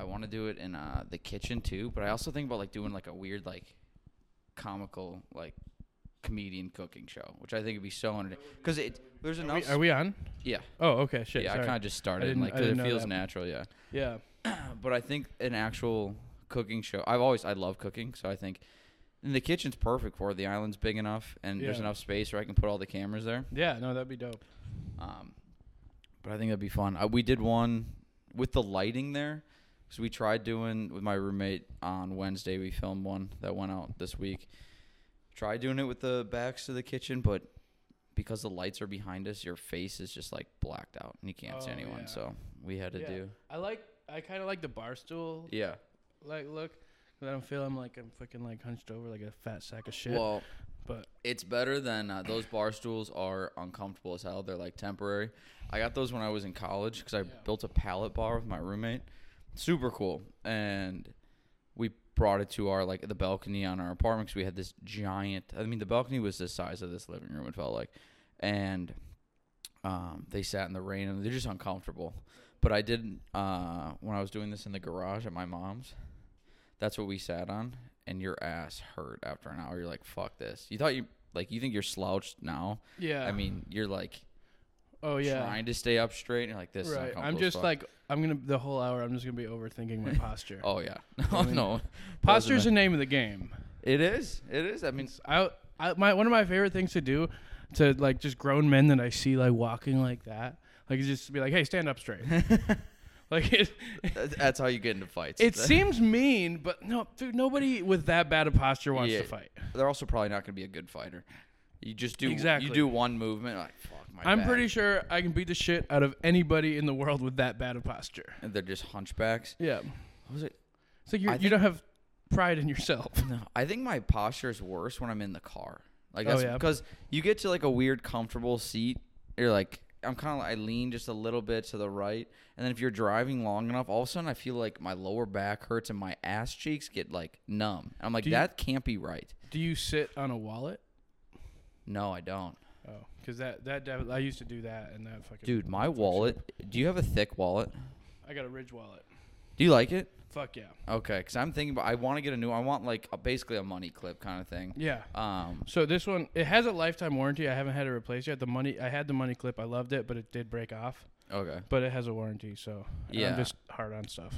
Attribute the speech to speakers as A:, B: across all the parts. A: I want to do it in uh, the kitchen too, but I also think about like doing like a weird like comical like comedian cooking show, which I think would be so entertaining. Because it there's
B: Are we,
A: enough.
B: are we on?
A: yeah,
B: Oh, okay. Shit.
A: yeah. I
B: sorry.
A: kind of just started
B: didn't-
A: like
B: I
A: 'cause
B: didn't
A: it
B: know
A: feels
B: that.
A: natural. Yeah.
B: yeah.
A: but I think an actual cooking show. I've always I love cooking, so I think and the kitchen's perfect for it. The island's big enough, and there's
B: Yeah.
A: enough space where I can put all the cameras there.
B: Yeah. No, that'd be dope.
A: Um, but I think that'd be fun. I, we did one with the lighting there, so we tried doing with my roommate on Wednesday. We filmed one that went out this week. Tried doing it with the backs to the kitchen, but because the lights are behind us, your face is just like blacked out, and you can't see
B: Oh,
A: anyone.
B: yeah.
A: So we had to
B: Yeah.
A: do
B: I like. I kind of like the bar stool
A: yeah.
B: like look. 'cause I don't feel I'm like I'm fucking like hunched over like a fat sack of shit.
A: Well,
B: but
A: It's better than uh, those bar stools are uncomfortable as hell. They're like temporary. I got those when I was in college because I
B: Yeah.
A: built a pallet bar with my roommate. Super cool, and we brought it to our like the balcony on our apartment 'cause we had this giant. I mean, the balcony was the size of this living room. It felt like, and um, they sat in the rain and they're just uncomfortable. But I did uh, when I was doing this in the garage at my mom's. That's what we sat on, and your ass hurt after an hour. You're like, "Fuck this." You thought you like you think you're slouched now.
B: yeah.
A: I mean, you're like
B: oh yeah.
A: trying to stay up straight, and you're like, "This is
B: right.
A: uncomfortable."
B: I'm
A: as
B: just
A: fuck."
B: like I'm gonna the whole hour. I'm just gonna be overthinking my posture.
A: "Oh yeah, no,
B: mean,
A: no."
B: Posture's the name of the game.
A: it is, it is. I mean,
B: It's- I, I my one of my favorite things to do to like just grown men that I see like walking like that, like is just to be like, hey, stand up straight. like it,
A: th- that's how you get into fights.
B: it seems mean, but no, dude, nobody with that bad a posture wants
A: Yeah.
B: to fight.
A: They're also probably not going to be a good fighter. You just do
B: Exactly.
A: You do one movement, like fuck my.
B: I'm
A: back."
B: pretty sure I can beat the shit out of anybody in the world with that bad a posture.
A: And they're just hunchbacks.
B: Yeah,
A: What was it?
B: it's like you
A: I
B: you
A: think-
B: don't have pride in yourself.
A: No, I think my posture is worse when I'm in the car. Like
B: Oh,
A: that's
B: yeah.
A: because you get to like a weird comfortable seat. You're like I'm kind of I lean just a little bit to the right, and then if you're driving long enough, all of a sudden I feel like my lower back hurts and my ass cheeks get like numb. I'm like
B: Do you-
A: that can't be right.
B: Do you sit on a wallet?
A: No, I don't,
B: Oh, because that that def- I used to do that and that fucking
A: dude. My wallet. Do you have a thick wallet?
B: I got a Ridge wallet.
A: Do you like it?
B: Fuck yeah,
A: Okay, because I'm thinking about I want to get a new. I want like a, basically a money clip kind of thing.
B: yeah.
A: Um,
B: So this one, it has a lifetime warranty. I haven't had it replaced yet. The money, I had the money clip. I loved it, but it did break off.
A: okay.
B: But it has a warranty, so
A: Yeah.
B: I'm just hard on stuff.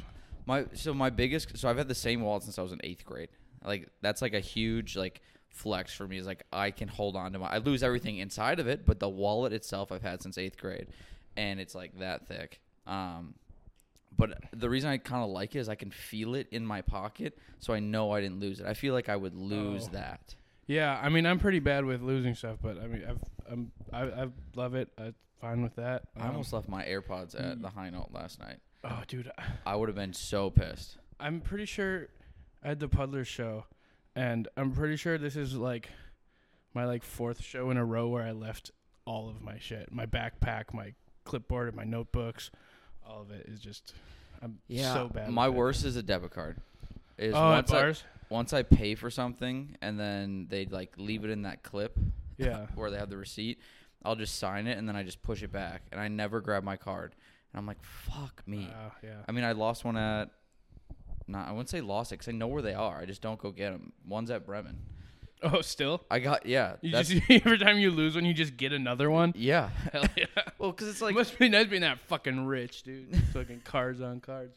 A: My so my biggest so I've had the same wallet since I was in eighth grade. Like that's like a huge like flex for me is like I can hold on to my I lose everything inside of it, but the wallet itself I've had since eighth grade, and it's like that thick. Um, but the reason I kind of like it is I can feel it in my pocket, so I know I didn't lose it. I feel like I would lose
B: Oh.
A: that.
B: Yeah, I mean, I'm pretty bad with losing stuff, but I mean, I've, I'm, I, I love it. I'm fine with that.
A: I
B: Um, mm.
A: almost left my AirPods at the high note last night.
B: Oh, dude,
A: I would have been so pissed.
B: I'm pretty sure I had the Puddlers show, and I'm pretty sure this is like my like fourth show in a row where I left all of my shit, my backpack, my clipboard, and my notebooks. All of it is just I'm so bad.
A: My
B: with it.
A: worst is a debit card. Is
B: Oh, at
A: once I-
B: bars.
A: once I pay for something and then they like leave it in that clip
B: yeah.
A: where they have the receipt, I'll just sign it and then I just push it back and I never grab my card. And I'm like, fuck me.
B: Wow, Oh, yeah.
A: I mean, I lost one at. Not, I wouldn't say lost it 'cause I know where they are. I just don't go get them. One's at Bremen.
B: Oh, still.
A: I got yeah.
B: You
A: that's-
B: just every time you lose one, you just get another one.
A: yeah.
B: Hell yeah.
A: well, because it's like
B: Must be nice being that fucking rich, dude. fucking cards on cards.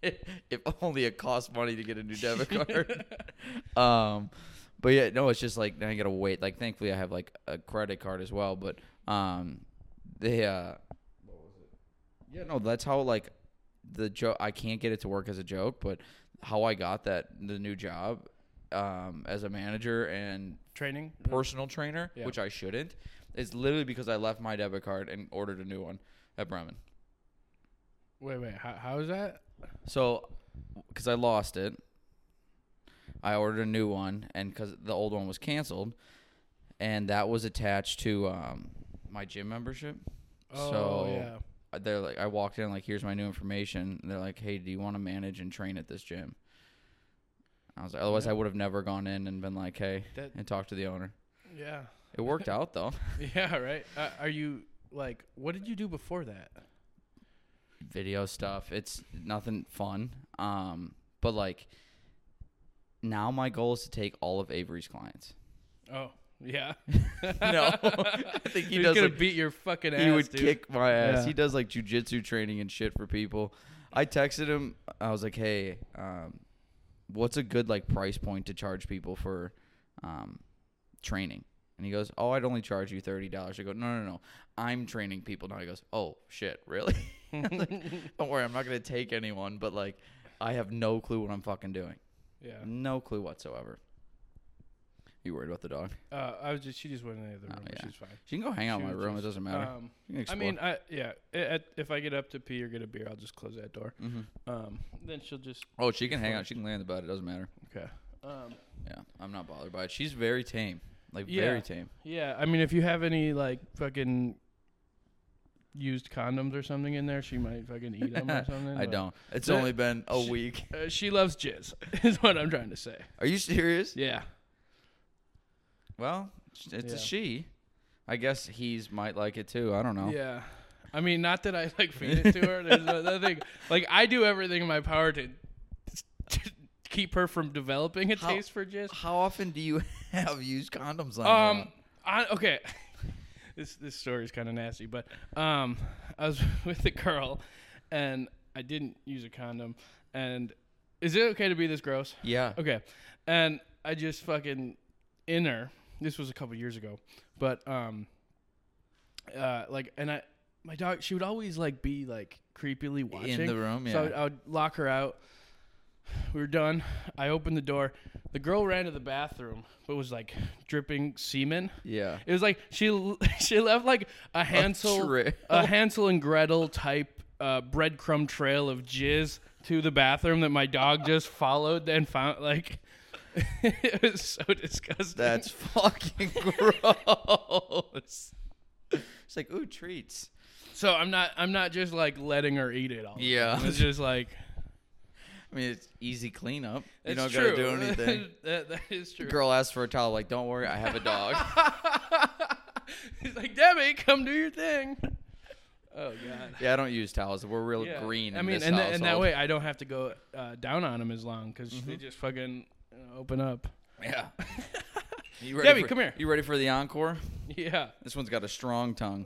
A: if only it costs money to get a new debit card. um, but yeah, no, it's just like now I gotta wait. Like, thankfully, I have like a credit card as well. But um, they uh, yeah, no, that's how like the joke. I can't get it to work as a joke, but how I got that the new job um as a manager and
B: Training.
A: personal trainer,
B: Yeah.
A: which I shouldn't, is literally because I left my debit card and ordered a new one at Bremen.
B: Wait, wait. How, how is that?
A: So, because I lost it, I ordered a new one, and because the old one was canceled, and that was attached to um, my gym membership.
B: Oh,
A: so
B: yeah.
A: they're like, I walked in like, here's my new information. And they're like, hey, do you want to manage and train at this gym? I was like, otherwise, I would have never gone in and been like, hey,
B: That-
A: and talked to the owner.
B: Yeah.
A: It worked out though.
B: Yeah, right. Uh, are you like what did you do before that?
A: video stuff. It's nothing fun. Um, but like now my goal is to take all of Avery's clients.
B: Oh, yeah.
A: No. I think he
B: He's
A: does,
B: gonna
A: like-
B: beat your fucking ass.
A: he would
B: dude.
A: kick my ass.
B: Yeah.
A: He does like jujitsu training and shit for people. I texted him. I was like, "Hey, um, what's a good like price point to charge people for um, training?" And he goes, "Oh, I'd only charge you thirty dollars." I go, "No, no, no. I'm training people now." He goes, "Oh shit, really?" I'm like, Don't worry, I'm not gonna take anyone, but like, I have no clue what I'm fucking doing.
B: Yeah.
A: No clue whatsoever. You worried about the dog?
B: Uh, I was just she just went in the other
A: Oh,
B: room.
A: yeah.
B: She's fine.
A: She can go hang out in
B: She
A: my
B: was
A: room.
B: just-
A: it doesn't matter.
B: Um,
A: You can
B: I
A: explore.
B: mean, I yeah. i- at- if I get up to pee or get a beer, I'll just close that door.
A: Mhm.
B: Um, then she'll just
A: oh, she can hang
B: fine.
A: out. She can lay on the bed. It doesn't matter.
B: okay. Um,
A: Yeah, I'm not bothered by it. She's very tame, like
B: Yeah.
A: very tame.
B: yeah. I mean, if you have any like fucking used condoms or something in there, she might fucking eat them or something.
A: I
B: but-
A: don't. It's
B: That-
A: only been a
B: she-
A: week.
B: Uh, she loves jizz, is what I'm trying to say.
A: Are you serious?
B: Yeah.
A: Well, sh- it's
B: Yeah.
A: a she. I guess he's might like it too. I don't know.
B: Yeah. I mean, not that I like feed it to her. There's no- nothing. Like I do everything in my power to, to keep her from developing a
A: How-
B: taste for jizz.
A: How often do you have used condoms on?
B: Um, I, okay. this this story is kind of nasty, but um, I was with a girl, and I didn't use a condom. And is it okay to be this gross?
A: yeah.
B: Okay. And I just fucking in her. This was a couple years ago, but um, uh, like, and I my dog she would always like be like creepily watching
A: In the room, yeah.
B: So uh, I would, I would lock her out. We were done. I opened the door. The girl ran to the bathroom, but was like dripping semen.
A: yeah.
B: It was like she she left like a Hansel
A: trail.
B: a, Hansel and Gretel type uh, breadcrumb trail of jizz to the bathroom that my dog just followed and found. Like it was so disgusting.
A: That's fucking gross. It's like ooh treats.
B: so I'm not I'm not just like letting her eat it all. the
A: Yeah.
B: time. it's just like
A: I mean, it's easy cleanup. You
B: it's
A: don't
B: true.
A: gotta do anything.
B: that, that is true.
A: Girl asks for a towel. Like, don't worry, I have a dog.
B: He's like Debbie, come do your thing. Oh God.
A: yeah, I don't use towels. We're real
B: Yeah.
A: green.
B: I mean,
A: in this
B: and, tha- and that
A: household. Mm-hmm.
B: way I don't have to go uh, down on them as long because they just fucking uh, open up.
A: Yeah. you
B: Debbie,
A: for-
B: come here.
A: You ready for the encore?
B: Yeah.
A: This one's got a strong tongue.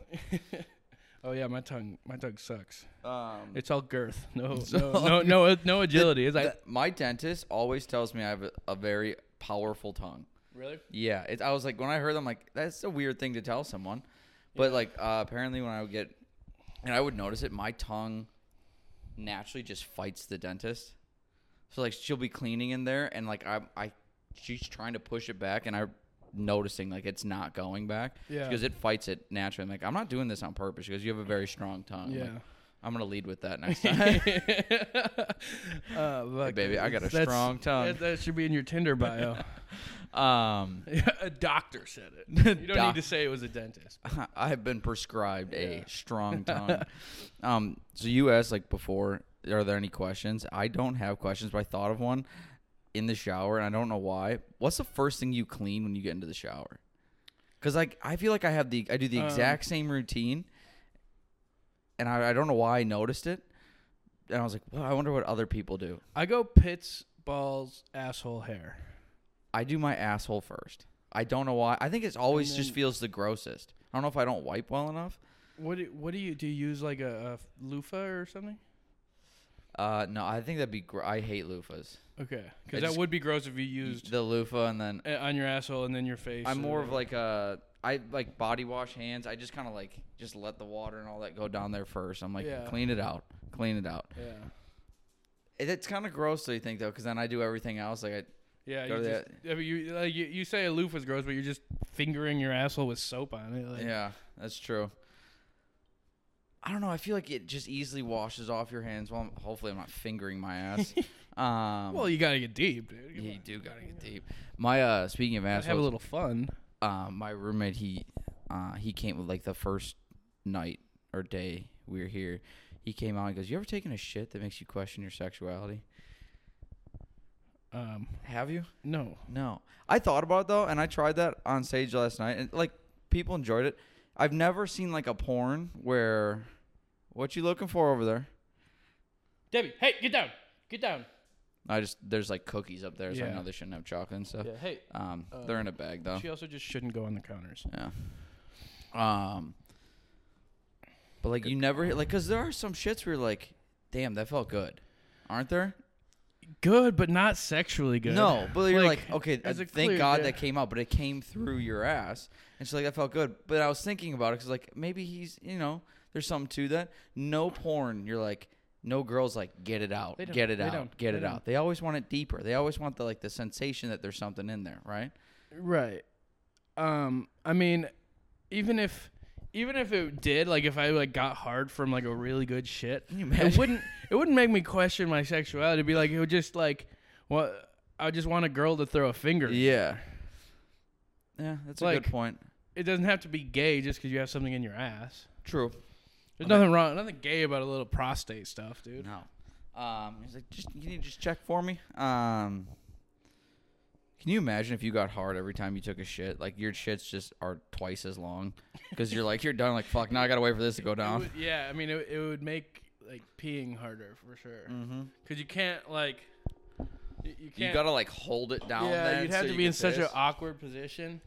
B: Oh yeah, my tongue, my tongue sucks.
A: Um,
B: It's all girth. No,
A: So-
B: no, no, no, no agility. It's like
A: th- my dentist always tells me I have a, a very powerful tongue.
B: really.
A: Yeah, it, I was like when I heard them, like that's a weird thing to tell someone, but like uh, apparently when I would get, and I would notice it, my tongue naturally just fights the dentist. So like she'll be cleaning in there, and like I, I, she's trying to push it back, and I'm noticing like it's not going back.
B: Yeah.
A: Because it fights it naturally. I'm like I'm not doing this on purpose. She goes, you have a very strong tongue. I'm like,
B: Yeah.
A: I'm gonna lead with that next time.
B: uh, fuck.
A: baby, I got a
B: That's-
A: strong tongue.
B: That, that should be in your Tinder bio.
A: um,
B: a doctor said it. You don't
A: Doc-
B: need to say it was a dentist.
A: I have been prescribed
B: Yeah.
A: a strong tongue. um, so you asked like before, are there any questions? I don't have questions, but I thought of one in the shower, and I don't know why. What's the first thing you clean when you get into the shower? Because like I feel like I have the I do the
B: Um,
A: exact same routine, and I, I don't know why I noticed it. And I was like, well, I wonder what other people do.
B: I go pits, balls, asshole, hair.
A: I do my asshole first. I don't know why. I think it's always
B: then-
A: just feels the grossest. I don't know if I don't wipe well enough.
B: What do, what do you do? You use like a, a loofah or something?
A: Uh, no, I think that'd be. Gr- I hate loofahs.
B: Okay,
A: I
B: because that
A: just-
B: would be gross if you used
A: the loofah, and then
B: uh, on your asshole and then your face.
A: I'm
B: and
A: more of
B: then-
A: like a. I like body wash hands. I just kind of like just let the water and all that go down there first. I'm like
B: Yeah.
A: clean it out, clean it out.
B: yeah,
A: It- It's kind of gross, do you think though? Because then I do everything else. Like I,
B: yeah.
A: Go
B: You,
A: to
B: just, I mean, you like you, you say a loofah's gross, but you're just fingering your asshole with soap on it. Like,
A: yeah, that's true. I don't know. I feel like it just easily washes off your hands. Well, I'm, hopefully I'm not fingering my ass. um,
B: Well, you gotta get deep, dude. Come
A: you
B: on.
A: do gotta get deep. My uh, speaking of
B: Gotta have a
A: assholes,
B: little fun.
A: uh, my roommate he uh, he came like the first night or day we were here. He came out and goes, "You ever taken a shit that makes you question your sexuality?
B: Um,
A: Have you?
B: no.
A: No. I thought about it though, and I tried that on stage last night, and like people enjoyed it. I've never seen like a porn where, what you looking for over there?
B: Debbie, hey, get down, get down.
A: I just there's like cookies up there, so I
B: Yeah.
A: know they shouldn't have chocolate and stuff.
B: Yeah, hey.
A: Um, they're in a bag though.
B: She also just shouldn't go on the counters.
A: Yeah. Um. But like you never like, cause there are some shits where you're like, damn, that felt good, aren't there?
B: Good, but not sexually good.
A: No, but you're like, okay,
B: as
A: uh,
B: a
A: thank
B: clear-
A: God
B: yeah.
A: that came out, but it came through your ass, and she's like, that felt good. But I was thinking about it because like maybe he's, you know, there's something to that. No porn, you're like. No girls like get it out,
B: They don't,
A: get it
B: they
A: out,
B: don't,
A: get
B: they
A: it
B: don't.
A: out. They always want it deeper. They always want the like the sensation that there's something in there, right?
B: Right. Um, I mean, even if even if it did, like if I like got hard from like a really good shit,
A: you
B: it
A: imagine?
B: wouldn't it wouldn't make me question my sexuality. It'd be like it would just like well, I would just want a girl to throw a finger.
A: Yeah, yeah, that's a
B: Like-
A: good point.
B: It doesn't have to be gay just because you have something in your ass.
A: True.
B: There's
A: Okay.
B: nothing wrong, nothing gay about a little prostate stuff, dude.
A: No. Um, he's like, just can you just check for me? Um, can you imagine if you got hard every time you took a shit? Like your shits just are twice as long because you're like you're done. Like fuck, now I gotta wait for this to go
B: It
A: down.
B: would- yeah, I mean, it, it would make like peeing harder for sure.
A: Mm-hmm.
B: Cause you can't like, you, you
A: You
B: can't.
A: gotta like hold it down.
B: yeah,
A: then
B: you'd have
A: so
B: to
A: you
B: be
A: can
B: in such an
A: piss.
B: awkward position.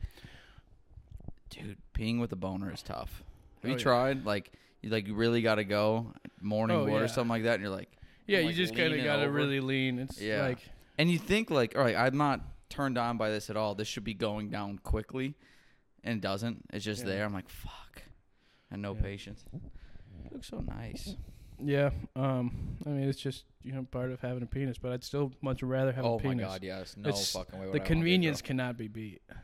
A: dude. Peeing with a boner is tough. Have
B: Oh,
A: you
B: yeah.
A: tried? Like you like you really gotta go morning
B: Oh,
A: wood
B: yeah.
A: or something like that, and you're like,
B: Yeah,
A: I'm,
B: you
A: like,
B: just kind of
A: leaning
B: gotta
A: over.
B: really lean. It's
A: Yeah.
B: like
A: And you think like, all right, I'm not turned on by this at all. This should be going down quickly, and it doesn't. It's just
B: Yeah.
A: there. I'm like, fuck, and no
B: Yeah.
A: patience. Looks so nice.
B: yeah. Um, I mean, it's just you know part of having a penis, but I'd still much rather have
A: oh
B: a penis.
A: my god, yes, no
B: It's
A: fucking way. would I
B: the
A: want a big
B: convenience cannot be beat.
A: girl.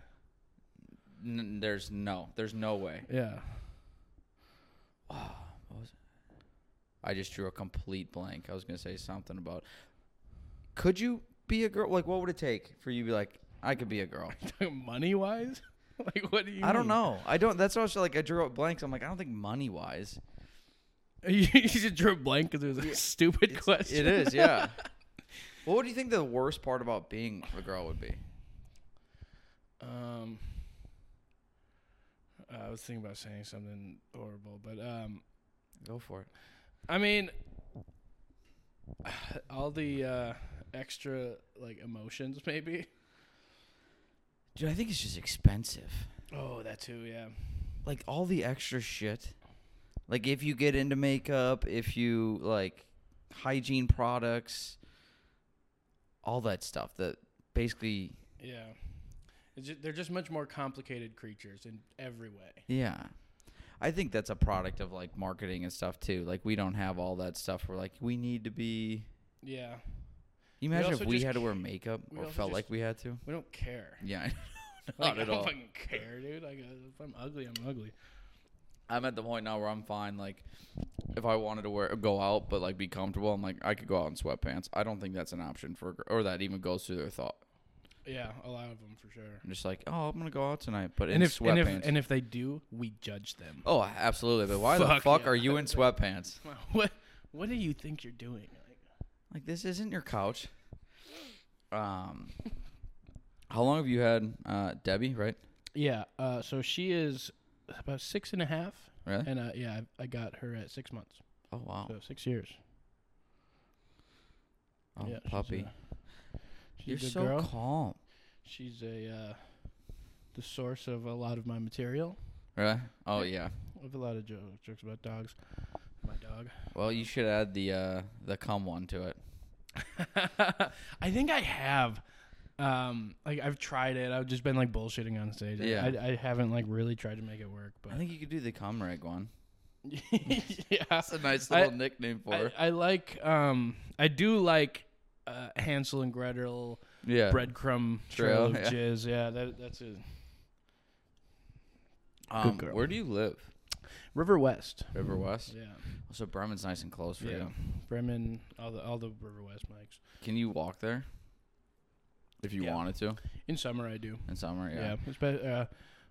A: N- there's no, there's no way.
B: Yeah.
A: I just drew a complete blank. I was gonna say something about. Could you be a girl? Like, what would it take for you to be like, I could be a girl?
B: Money wise, like what do you?
A: I don't
B: mean?
A: know. I don't. That's also like I drew up blanks. I'm like, I don't think money wise.
B: you just drew a blank because it was a stupid
A: It's-
B: question.
A: It is, yeah. what do you think the worst part about being a girl would be?
B: Um, I was thinking about saying something horrible, but um,
A: Go for it.
B: I mean, all the uh, extra like emotions, maybe.
A: Dude, I think it's just expensive.
B: Oh, that too. Yeah.
A: Like all the extra shit. Like if you get into makeup, if you like hygiene products, all that stuff that basically
B: Yeah. It's ju- they're just much more complicated creatures in every way.
A: Yeah. I think that's a product of like marketing and stuff too. Like we don't have all that stuff. We're like we need to be.
B: Yeah.
A: You imagine
B: also
A: if we
B: just
A: had to
B: c-
A: wear makeup
B: we
A: or
B: also
A: felt
B: just-
A: like we had to.
B: We don't care.
A: Yeah,
B: Like, oh
A: not at
B: I don't
A: all.
B: fucking care, dude. Like, uh, if I'm ugly, I'm ugly.
A: I'm at the point now where I'm fine. Like, if I wanted to wear go out, but like be comfortable, I'm like I could go out in sweatpants. I don't think that's an option for a gir- or that even goes through their thought.
B: Yeah, a lot of them for sure.
A: I'm just like, oh, I'm gonna go out tonight, but in
B: And if, and
A: sweatpants.
B: if and if they do, we judge them.
A: oh, absolutely. But why the
B: Fuck
A: fuck
B: yeah.
A: are you in sweatpants?
B: what What do you think you're doing? Like,
A: Like this isn't your couch. Um, how long have you had uh, Debbie? Right?
B: yeah. Uh, so she is about six and a half,
A: Really?
B: and uh, yeah, I, I got her at six months,
A: Oh wow.
B: so six years.
A: Oh
B: yeah, she's
A: puppy.
B: a- She's
A: You're
B: a good
A: so
B: girl.
A: calm.
B: She's a uh, the source of a lot of my material.
A: Really? Oh yeah.
B: I have a lot of jokes, jokes about dogs. My dog.
A: Well, you should add the uh, the cum one to it.
B: I think I have. Um, like I've tried it. I've just been like bullshitting on stage. I-
A: Yeah.
B: I, I haven't like really tried to make it work, but
A: I think you could do the cum rag one.
B: yeah.
A: That's a nice
B: I-
A: little nickname for
B: I,
A: it.
B: I like. Um, I do like uh, Hansel and Gretel
A: Yeah.
B: breadcrumb
A: Trail,
B: trail, of
A: yeah.
B: jizz. Yeah, that, that's it.
A: Um,
B: girl.
A: Where do you live?
B: River West.
A: River West.
B: Yeah,
A: Hmm. So Bremen's nice and close for
B: yeah.
A: you.
B: Bremen, all the all the River West mics.
A: Can you walk there? If you
B: Yeah.
A: wanted to
B: In summer, I do.
A: in summer, yeah.
B: Yeah. it's bet- uh,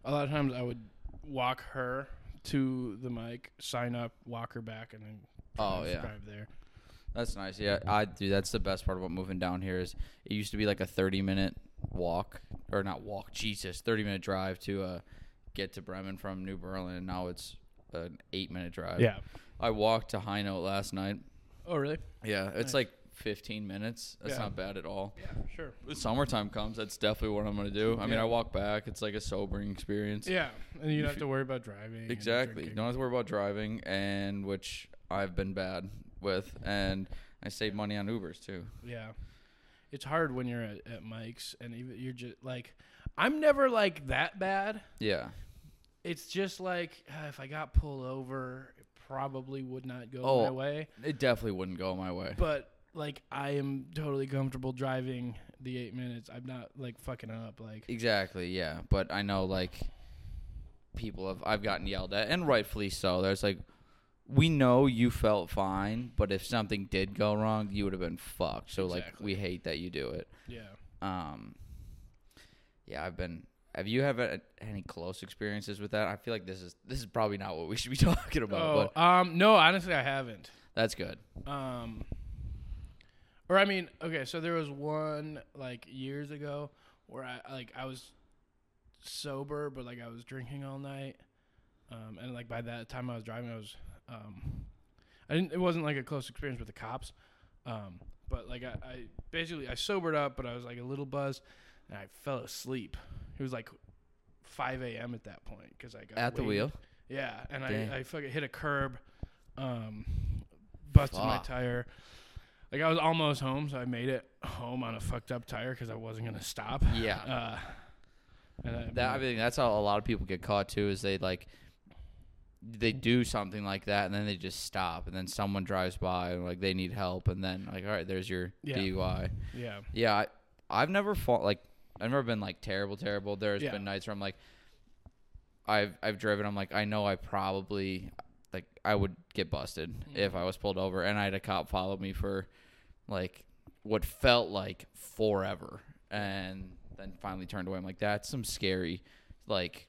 B: a lot of times I would walk her to the mic, sign up, walk her back, and then
A: Oh,
B: drive,
A: yeah.
B: drive there.
A: That's nice. Yeah, I do. That's the best part about moving down here is it used to be like a thirty minute walk or not walk. Jesus, thirty minute drive to uh get to Bremen from New Berlin, and now it's an eight minute drive.
B: Yeah.
A: I walked to High Note last night.
B: Oh, really?
A: Yeah, it's
B: Nice.
A: like 15 minutes. That's
B: Yeah.
A: not bad at all.
B: Yeah, sure.
A: When summertime comes, that's definitely what I'm gonna do. I mean,
B: Yeah.
A: I walk back. It's like a sobering experience.
B: Yeah, and
A: You
B: you don't have
A: fe-
B: to worry about driving. and
A: Exactly. You
B: drinking.
A: don't have to worry about driving, and which I've been bad with, and I save money on Ubers too.
B: Yeah, it's hard when you're at, at Mike's and even you're just like, I'm never like that bad.
A: Yeah.
B: It's just like uh, if I got pulled over, it probably would not go
A: Oh.
B: my way.
A: It definitely wouldn't go my way.
B: But like, I am totally comfortable driving the eight minutes. I'm not like fucking up. Like,
A: Exactly. Yeah, but I know like people have I've gotten yelled at, and rightfully so. There's like. We know you felt fine, but if something did go wrong, you would have been fucked. So like,
B: Exactly.
A: we hate that you do it.
B: yeah.
A: Um, yeah, I've been. Have you have uh, any close experiences with that? I feel like this is this is probably not what we should be talking about,
B: Oh,
A: but
B: um, no, honestly, I haven't.
A: that's good.
B: Um, or I mean, okay, so there was one like years ago where I like I was sober, but like I was drinking all night, um, and like by that time I was driving, I was, um, I didn't. It wasn't like a close experience with the cops, um, but like I, I basically I sobered up, but I was like a little buzzed, and I fell asleep. It was like 5 a.m. at that point because I got
A: At the
B: waved.
A: wheel,
B: Yeah, and
A: Dang.
B: I, I fucking hit a curb, um, busted my
A: Fuck.
B: tire. Like I was almost home, so I made it home on a fucked up tire because I wasn't gonna stop.
A: Yeah.
B: Uh, and I,
A: that I mean that's how a lot of people get caught too. Is they like they do something like that and then they just stop and then someone drives by and like they need help and then like all right, there's your
B: Yeah.
A: DUI.
B: yeah,
A: Yeah, I, I've never fought like I've never been like terrible, terrible. There's
B: Yeah.
A: been nights where I'm like, I've I've driven. I'm like, I know I probably like I would get busted if I was pulled over, and I had a cop follow me for like what felt like forever, and then finally turned away. I'm like, that's some scary, like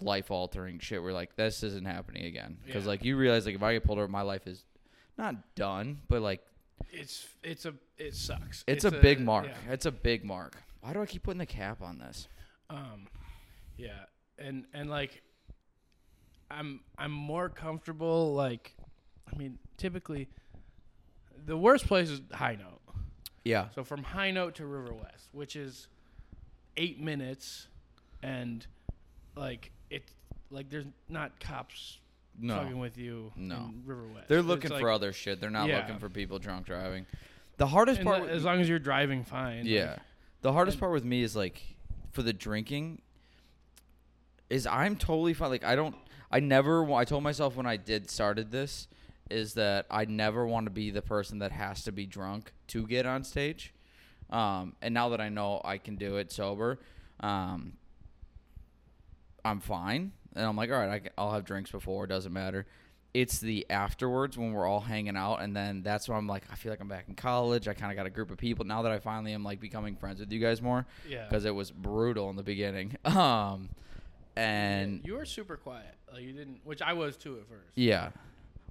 A: life altering shit. We're like, this isn't happening again because
B: Yeah.
A: like you realize like if I get pulled over, my life is not done, but like
B: it's it's a it sucks.
A: it's, a, big mark.
B: yeah.
A: It's a big mark. Why do I keep putting the cap on this?
B: Um, yeah, and and like, I'm I'm more comfortable. Like, I mean, typically, the worst place is high note.
A: Yeah.
B: So from High Note to River West, which is eight minutes, and like it's like there's not cops fucking
A: No.
B: with you
A: No.
B: in River West.
A: They're
B: It's
A: looking
B: like-
A: for other shit. They're not
B: Yeah.
A: looking for people drunk driving. The hardest
B: and
A: part
B: li-
A: with
B: as long as you're driving fine. like-
A: Yeah. The hardest part with me is like for the drinking is I'm totally fine. Like I don't I never wa- I told myself when I did started this is that I never want to be the person that has to be drunk to get on stage. Um and now that I know I can do it sober, um I'm fine. And I'm like, all right, I c- I'll have drinks before. It doesn't matter. It's the afterwards when we're all hanging out. And then that's when I'm like, I feel like I'm back in college. I kind of got a group of people. Now that I finally am like becoming friends with you guys more
B: yeah.
A: because it was brutal in the beginning. Um, and
B: you were super quiet. Like you didn't, which I was too at first.
A: yeah.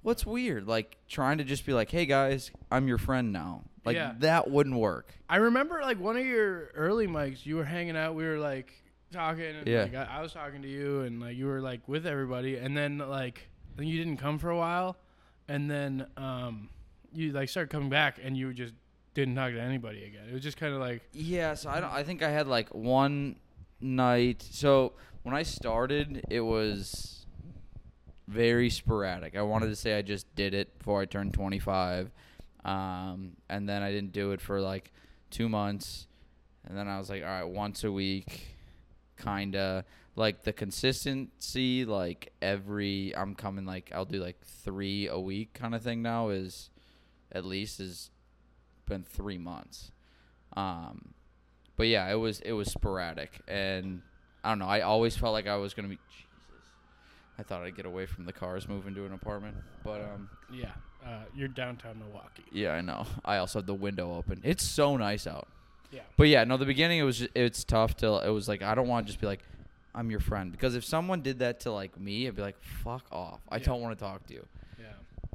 A: What's weird? Like trying to just be like, hey guys, I'm your friend now. Like
B: Yeah.
A: that wouldn't work.
B: I remember like one of your early mics. You were hanging out. We were like talking. And,
A: Yeah.
B: like, I, I was talking to you, and like you were like with everybody. And then like then you didn't come for a while, and then um you like started coming back, and you just didn't talk to anybody again. It was just kind of like
A: Yeah, so I don't. I think I had like one night. So when I started, it was very sporadic. I wanted to say I just did it before I turned 25, um, and then I didn't do it for like two months, and then I was like, all right, once a week, kinda like the consistency. Like every, I'm coming like I'll do like three a week kind of thing now. Is at least is been three months. Um, but yeah, it was it was sporadic, and I don't know. I always felt like I was gonna be. Jesus, I thought I'd get away from the cars, move into an apartment, but um,
B: yeah, uh, you're downtown Milwaukee.
A: yeah, I know. I also had the window open. It's so nice out.
B: Yeah.
A: But yeah, no, the beginning it was ju- it's tough to it was like I don't want to just be like I'm your friend because if someone did that to like me, I'd be like fuck off. I
B: Yeah.
A: don't want to talk to you.
B: Yeah.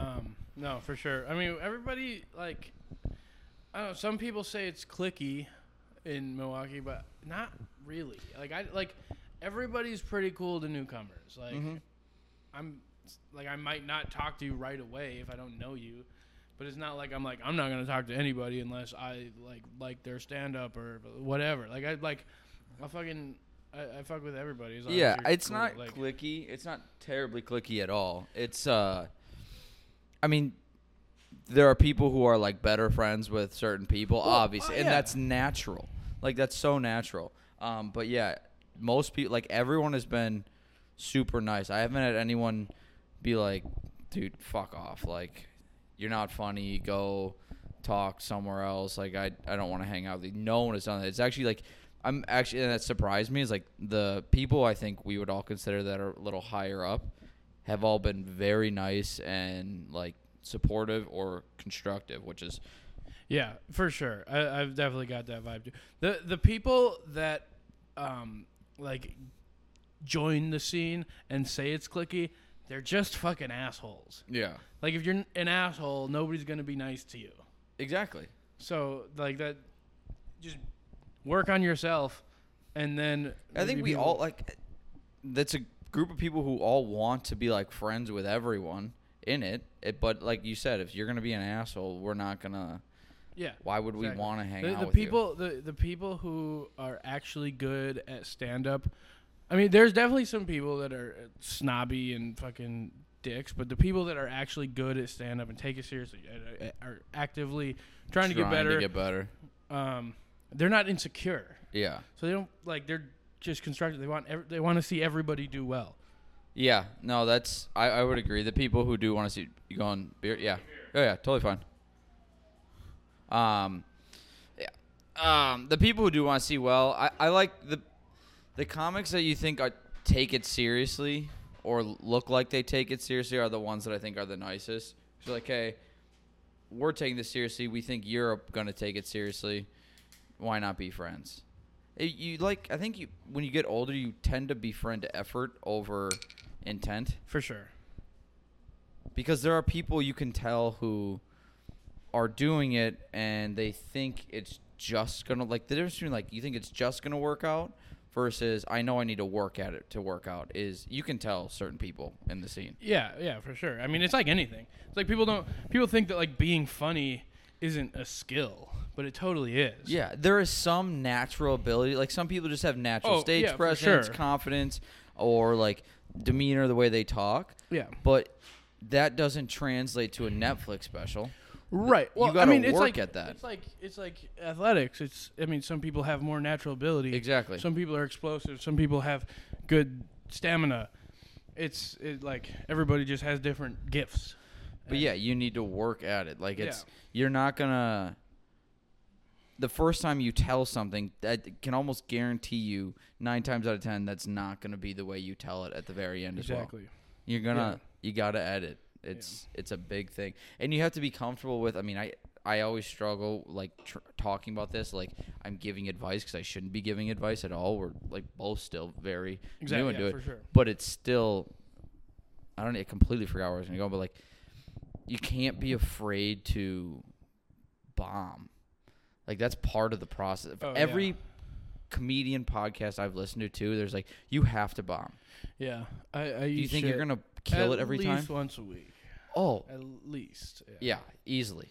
B: Um, no, for sure. I mean, everybody like, I don't know. Some people say it's clicky in Milwaukee, but not
A: Mm-hmm.
B: really. Like I like everybody's pretty cool to newcomers. Like
A: Mhm.
B: I'm like I might not talk to you right away if I don't know you. But it's not like I'm like I'm not gonna talk to anybody unless I like like their stand up or whatever. Like I like I fucking I, I fuck with everybody. as long as
A: yeah,
B: you're
A: it's
B: cool.
A: not
B: like
A: clicky. It's not terribly clicky at all. It's uh, I mean, there are people who are like better friends with certain people, obviously,
B: oh,
A: and
B: yeah.
A: that's natural. Like that's so natural. Um, but yeah, most people, like everyone, has been super nice. I haven't had anyone be like, "Dude, fuck off!" Like, you're not funny. Go talk somewhere else. Like, I I don't want to hang out with you. No one has done that. It's actually like. I'm actually, and that surprised me is like the people I think we would all consider that are a little higher up have all been very nice and like supportive or constructive, which is
B: Yeah, for sure. I, I've definitely got that vibe too. The the people that um like join the scene and say it's clicky, they're just fucking assholes.
A: yeah,
B: Like if you're an asshole, nobody's gonna be nice to you.
A: exactly.
B: So like that, just work on yourself, and then
A: I think
B: maybe
A: we
B: people-
A: all like that's a group of people who all want to be like friends with everyone in it. it but like you said, if you're gonna be an asshole, we're not gonna.
B: yeah.
A: Why would we
B: Exactly.
A: want to hang
B: the,
A: out
B: the
A: with you?
B: people the the people who are actually good at stand up i mean there's definitely some people that are uh, snobby and fucking dicks but the people that are actually good at stand up and take it seriously and uh, are- are actively trying, to get better
A: get better.
B: um they're not insecure
A: Yeah.
B: so they don't like they're just constructive they want ev- they want to see everybody do well
A: Yeah, no, that's I, I would agree. The people who do want to see you go on beer, yeah, oh yeah, totally fine. Um, yeah, um, the people who do want to see well, I, I like the the comics that you think are take it seriously or look like they take it seriously are the ones that I think are the nicest. So like, hey, we're taking this seriously. We think you're gonna take it seriously. Why not be friends? Eh, You like I think you when you get older you tend to befriend effort over intent
B: for sure
A: because there are people you can tell who are doing it and they think it's just gonna like the difference between like you think it's just gonna work out versus I know I need to work at it to work out is you can tell certain people in the scene.
B: Yeah, yeah, for sure. I mean, it's like anything. It's like people don't people think that like being funny isn't a skill, but it totally is.
A: Yeah, there is some natural ability. Like some people just have natural
B: Oh,
A: stage
B: yeah, for
A: presence,
B: sure.
A: confidence, or like demeanor, the way they talk.
B: Yeah.
A: but that doesn't translate to a Netflix special.
B: Right. Well,
A: gotta
B: I mean, it's
A: work
B: like
A: at that.
B: It's like it's like athletics. It's I mean, some people have more natural ability.
A: Exactly.
B: Some people are explosive. Some people have good stamina. It's it, like everybody just has different gifts.
A: But yeah, you need to work at it. Like it's
B: Yeah.
A: you're not gonna. The first time you tell something, that can almost guarantee you nine times out of ten that's not gonna be the way you tell it at the very end as well.
B: Exactly.
A: You're gonna you gotta edit. It's it's a big thing, and you have to be comfortable with. I mean, I I always struggle like tr- talking about this. Like I'm giving advice because I shouldn't be giving advice at all. We're like both still very
B: Exactly,
A: new
B: yeah,
A: into it,
B: for sure.
A: but it's still. I don't. I completely forgot where I was gonna go, but like, you can't be afraid to bomb. Like that's part of the process.
B: Oh, yeah.
A: Every comedian podcast I've listened to too, there's like you have to bomb.
B: Yeah. I, I
A: Do you
B: eat
A: think
B: shit
A: you're gonna kill
B: at
A: it every
B: least
A: time?
B: once a week.
A: Oh,
B: At least.
A: yeah, easily.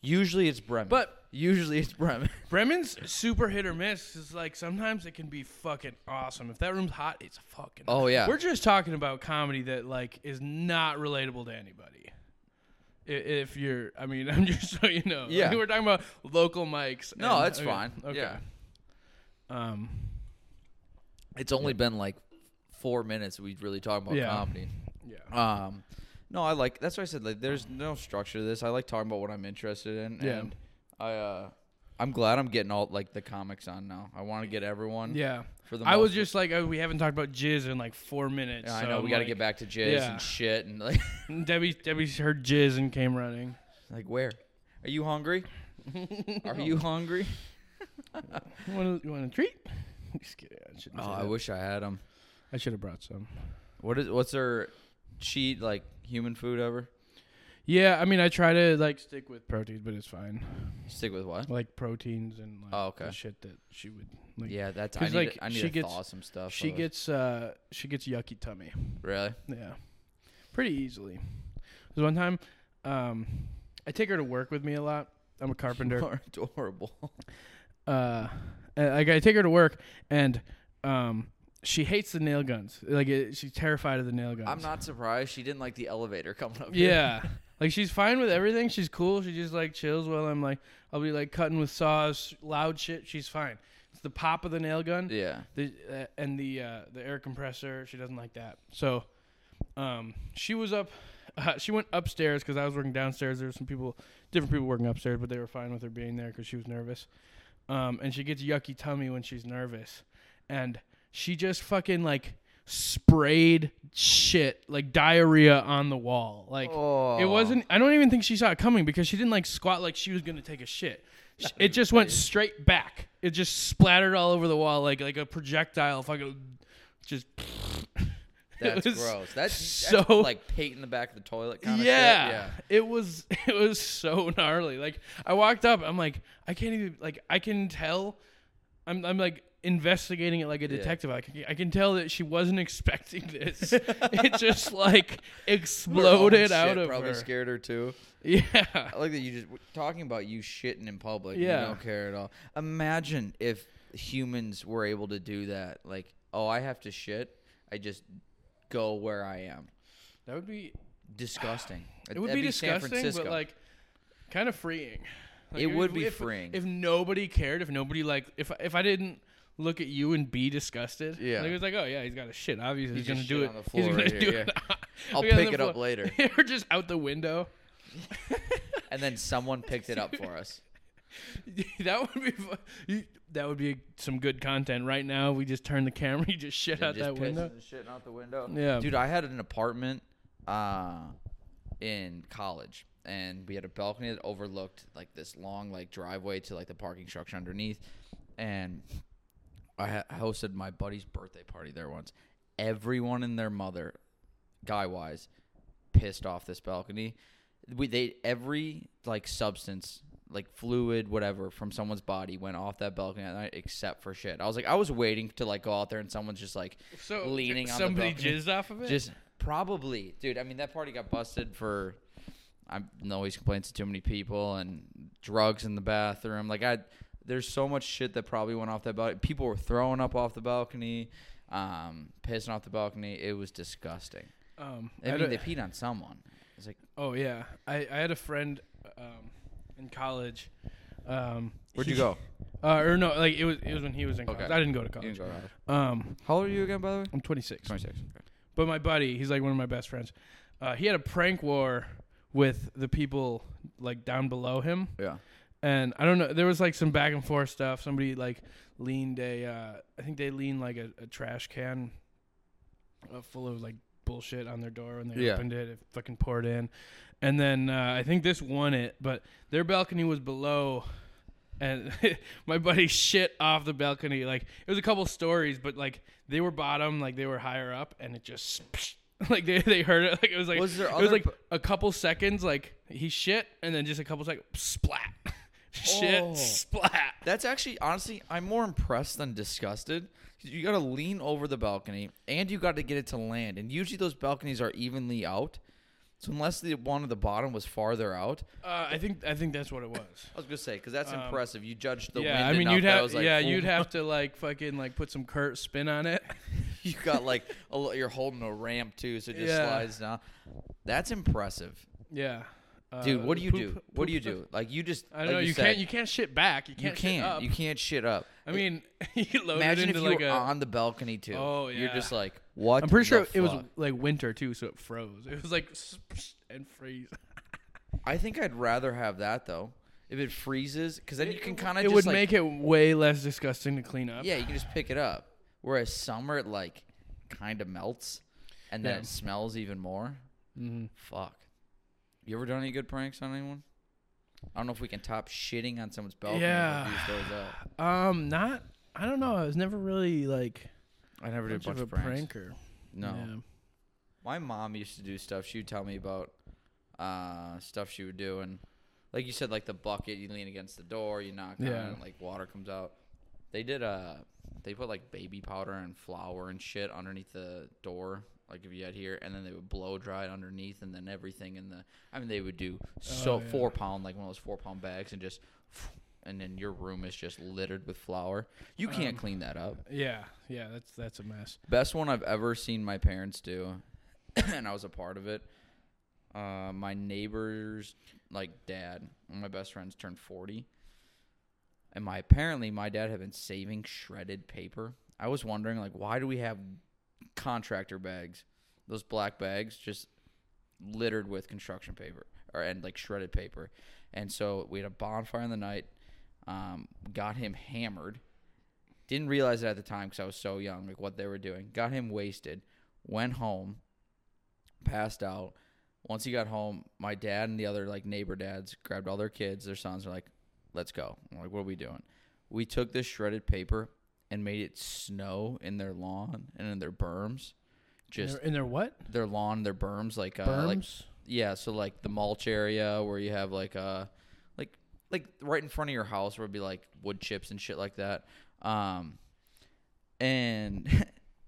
A: Usually it's Bremen.
B: But-
A: usually it's Bremen.
B: Bremen's super hit or miss is like sometimes it can be fucking awesome. If that room's hot, it's fucking.
A: Oh, yeah.
B: We're just talking about comedy that like is not relatable to anybody. I- If you're, I mean, I'm just so you know.
A: Yeah.
B: we're talking about local mics.
A: No,
B: and-
A: it's
B: okay,
A: fine.
B: okay.
A: Yeah.
B: Um.
A: It's only been like four minutes we've really talked about
B: Yeah.
A: comedy.
B: Yeah.
A: Um no, I like that's why I said like there's no structure to this. I like talking about what I'm interested in
B: Yeah.
A: and I uh I'm glad I'm getting all like the comics on now. I want to get everyone.
B: Yeah.
A: For Mm-hmm. the
B: I was
A: most-
B: just like, oh, we haven't talked about jizz in like four minutes.
A: I
B: so
A: know
B: I'm
A: we got to
B: like-
A: get back to Jizz
B: yeah.
A: and shit and like
B: Debbie, Debbie heard jizz and came running.
A: like where? Are you hungry? Are you hungry?
B: You want, a, you want a treat? Just kidding. I shouldn't
A: Oh,
B: say
A: I
B: that.
A: wish I had them.
B: I should have brought some.
A: What is what's their cheat like human food ever?
B: Yeah, I mean, I try to like stick with proteins, but it's fine.
A: Stick with what?
B: Like proteins and like
A: Oh, okay.
B: the shit that she would. Like,
A: yeah, that's I
B: 'cause,
A: need.
B: like,
A: to, I need
B: she
A: to
B: gets-
A: thaw some stuff.
B: She
A: of it.
B: gets uh she gets yucky tummy.
A: really.
B: Yeah, pretty easily. Cause one time, um, I take her to work with me a lot. I'm a carpenter.
A: You are adorable.
B: uh, and, like I take her to work, and um, she hates the nail guns. Like it, she's terrified of the nail guns.
A: I'm not surprised she didn't like the elevator coming up. here.
B: Yeah, like she's fine with everything. She's cool. She just like chills while I'm like I'll be like cutting with saws, loud shit. She's fine. It's the pop of the nail gun,
A: Yeah.
B: the, uh, and the uh, the air compressor. She doesn't like that. So, um, she was up. Uh, she went upstairs because I was working downstairs. There were some people, different people working upstairs, but they were fine with her being there because she was nervous. Um, and she gets yucky tummy when she's nervous, and she just fucking like sprayed shit like diarrhea on the wall. Like
A: Oh.
B: it wasn't. I don't even think she saw it coming because she didn't like squat like she was gonna take a shit. Sh- It just went straight back. It just splattered all over the wall like like a projectile. Fucking just.
A: That's
B: It was
A: gross. That's
B: so-
A: so like paint in the back of the toilet kind of
B: yeah,
A: shit. Yeah.
B: it was it was so gnarly. Like I walked up, I'm like, I can't even like I can tell. I'm I'm like investigating it like a detective. I can I can tell that she wasn't expecting this. it just like exploded
A: Her own
B: out
A: shit
B: of
A: probably
B: her.
A: scared her too.
B: Yeah.
A: I like that you just talking about you shitting in public.
B: Yeah.
A: You don't care at all. Imagine if humans were able to do that. Like, oh, I have to shit. I just go where I am.
B: That would be
A: Disgusting.
B: it would
A: That'd
B: be, disgusting,
A: Francisco.
B: but like kind of freeing. Like,
A: It
B: if-
A: would be
B: if-
A: freeing.
B: if nobody cared. If nobody like if if I didn't look at you and be disgusted.
A: Yeah.
B: like, it was like oh yeah, he's got a shit. Obviously,
A: He's
B: he's, gonna
A: just
B: do
A: shit
B: it
A: on the
B: he's
A: floor
B: gonna
A: right
B: do
A: here,
B: it.
A: I'll
B: Look on
A: pick
B: the
A: it up
B: floor.
A: later.
B: or just out the window.
A: and then someone picked it up for us.
B: that would be fu- you- that would be some good content. Right now, we just turn the camera. You just shit
A: Yeah,
B: out
A: just
B: that
A: pissing
B: window.
A: and shitting out the window.
B: Yeah.
A: dude, I had an apartment uh, in college, and we had a balcony that overlooked like this long like driveway to like the parking structure underneath, and I ha- hosted my buddy's birthday party there once. Everyone and their mother, guy wise, pissed off this balcony. We they every like substance like fluid whatever from someone's body went off that balcony that night except for shit. I was like I was waiting to like go out there and someone's just like
B: So
A: leaning on the
B: somebody
A: balcony.
B: jizzed off of it.
A: just probably dude. I mean that party got busted for I noise complaints to too many people and drugs in the bathroom. Like I there's so much shit that probably went off that balcony. People were throwing up off the balcony, um, pissing off the balcony. It was disgusting.
B: um,
A: I
B: I
A: mean,
B: don't-
A: they peed on someone. It's like,
B: Oh yeah, I, I had a friend um, in college. Um,
A: where'd you
B: he-
A: go?
B: Uh, or no, like it was it was when he was in college.
A: Okay.
B: I didn't go to
A: You didn't
B: college.
A: go to college.
B: Um,
A: How old are you again, by the way?
B: I'm 26.
A: 26.
B: But my buddy, he's like one of my best friends. Uh, he had a prank war with the people like down below him,
A: Yeah.
B: and I don't know. There was like some back and forth stuff. Somebody like leaned a, uh, I think they leaned like a, a trash can uh, full of like bullshit on their door when they
A: Yeah.
B: opened it. It fucking poured in, and then uh, I think this won it. But their balcony was below, and my buddy shit off the balcony. Like it was a couple stories, but like they were bottom, like they were higher up, and it just. Like they, they heard it like it was like
A: Was there
B: it
A: other
B: was like
A: p-
B: a couple seconds like he shit and then just a couple seconds splat shit
A: Oh.
B: splat
A: That's actually, honestly, I'm more impressed than disgusted. You got to lean over the balcony and you got to get it to land. And usually those balconies are evenly out. So unless the one at the bottom was farther out,
B: Uh, I think I think that's what it was.
A: I was going to say, because that's impressive. You judged the
B: Um, yeah,
A: wind
B: I mean
A: enough
B: you'd
A: that I
B: have
A: was like,
B: yeah
A: "Ooh."
B: you'd have to like fucking like put some curt spin on it.
A: you got like, a, lo- you're holding a ramp too, so it just
B: Yeah.
A: slides down. That's impressive.
B: Yeah, uh,
A: Dude, what do you
B: poop-
A: do?
B: poop
A: what do you
B: stuff.
A: do? Like, you just.
B: I don't
A: like
B: know. You,
A: said,
B: can't you can't shit back. You
A: You
B: can't. shit
A: can't.
B: up.
A: You can't shit up.
B: I mean, you load
A: Imagine
B: it
A: if
B: into
A: you
B: like
A: were
B: a.
A: on the balcony too.
B: Oh,
A: You're
B: yeah.
A: just like what?
B: I'm pretty sure
A: the
B: it was
A: fuck?
B: like winter too, so it froze. It was like sp- and freeze.
A: I think I'd rather have that though. If it freezes, because then you can kind of.
B: It would make it way less disgusting to clean up.
A: Yeah, you can just pick it up. Whereas summer, it like kind of melts, and then
B: Yeah.
A: it smells even more.
B: Mm-hmm.
A: Fuck. You ever done any good pranks on anyone? I don't know if we can top shitting on someone's balcony.
B: Yeah.
A: Yeah. Those up.
B: Um, not. I don't know. I was never really like
A: I never did a
B: much
A: bunch
B: of
A: of,
B: a
A: pranks.
B: pranker.
A: No.
B: Yeah.
A: My mom used to do stuff. She would tell me about uh, stuff she would do, and like you said, like the bucket, you lean against the door, you knock on
B: Yeah.
A: it, and, like water comes out. They did uh they put like baby powder and flour and shit underneath the door, like if you had here, and then they would blow dry it underneath, and then everything in the. I mean, they would do so
B: Oh, yeah.
A: four pound like one of those four pound bags, and just. And then your room is just littered with flour. You can't
B: Um,
A: clean that up.
B: Yeah, yeah, that's that's a mess.
A: Best one I've ever seen my parents do, and I was a part of it. Uh, my neighbor's like dad, one of my best friends turned forty, and my apparently my dad had been saving shredded paper. I was wondering like why do we have contractor bags, those black bags just littered with construction paper or and like shredded paper, and so we had a bonfire in the night. Um, got him hammered. Didn't realize it at the time because I was so young, like what they were doing. Got him wasted. Went home. Passed out. Once he got home, my dad and the other like neighbor dads grabbed all their kids, their sons. Are like, "Let's go." I'm like, "What are we doing?" We took this shredded paper and made it snow in their lawn and in their berms,
B: In
A: just
B: their- in their what?
A: their lawn, their berms, like uh, like
B: Berms.
A: yeah, so like the mulch area where you have like uh like like right in front of your house where it'd be like wood chips and shit like that. Um and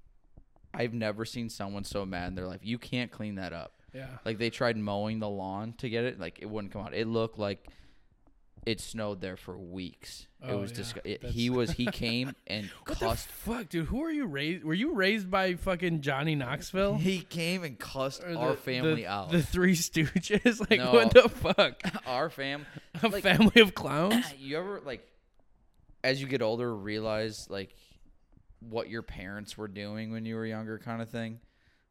A: I've never seen someone so mad in their life. You can't clean that up.
B: yeah.
A: Like they tried mowing the lawn to get it, like it wouldn't come out. It looked like it snowed there for weeks. it
B: Oh,
A: was
B: yeah.
A: disgu- it,
B: That's-
A: he was he came and
B: What the
A: cussed
B: fuck, dude? Who are you raised? Were you raised by fucking Johnny Knoxville?
A: he came and cussed
B: Or
A: our
B: the-
A: family
B: the,
A: out.
B: The Three Stooges. Like
A: No.
B: what the fuck?
A: our fam
B: A
A: Like-
B: family of clowns.
A: you ever like as you get older realize like what your parents were doing when you were younger kind of thing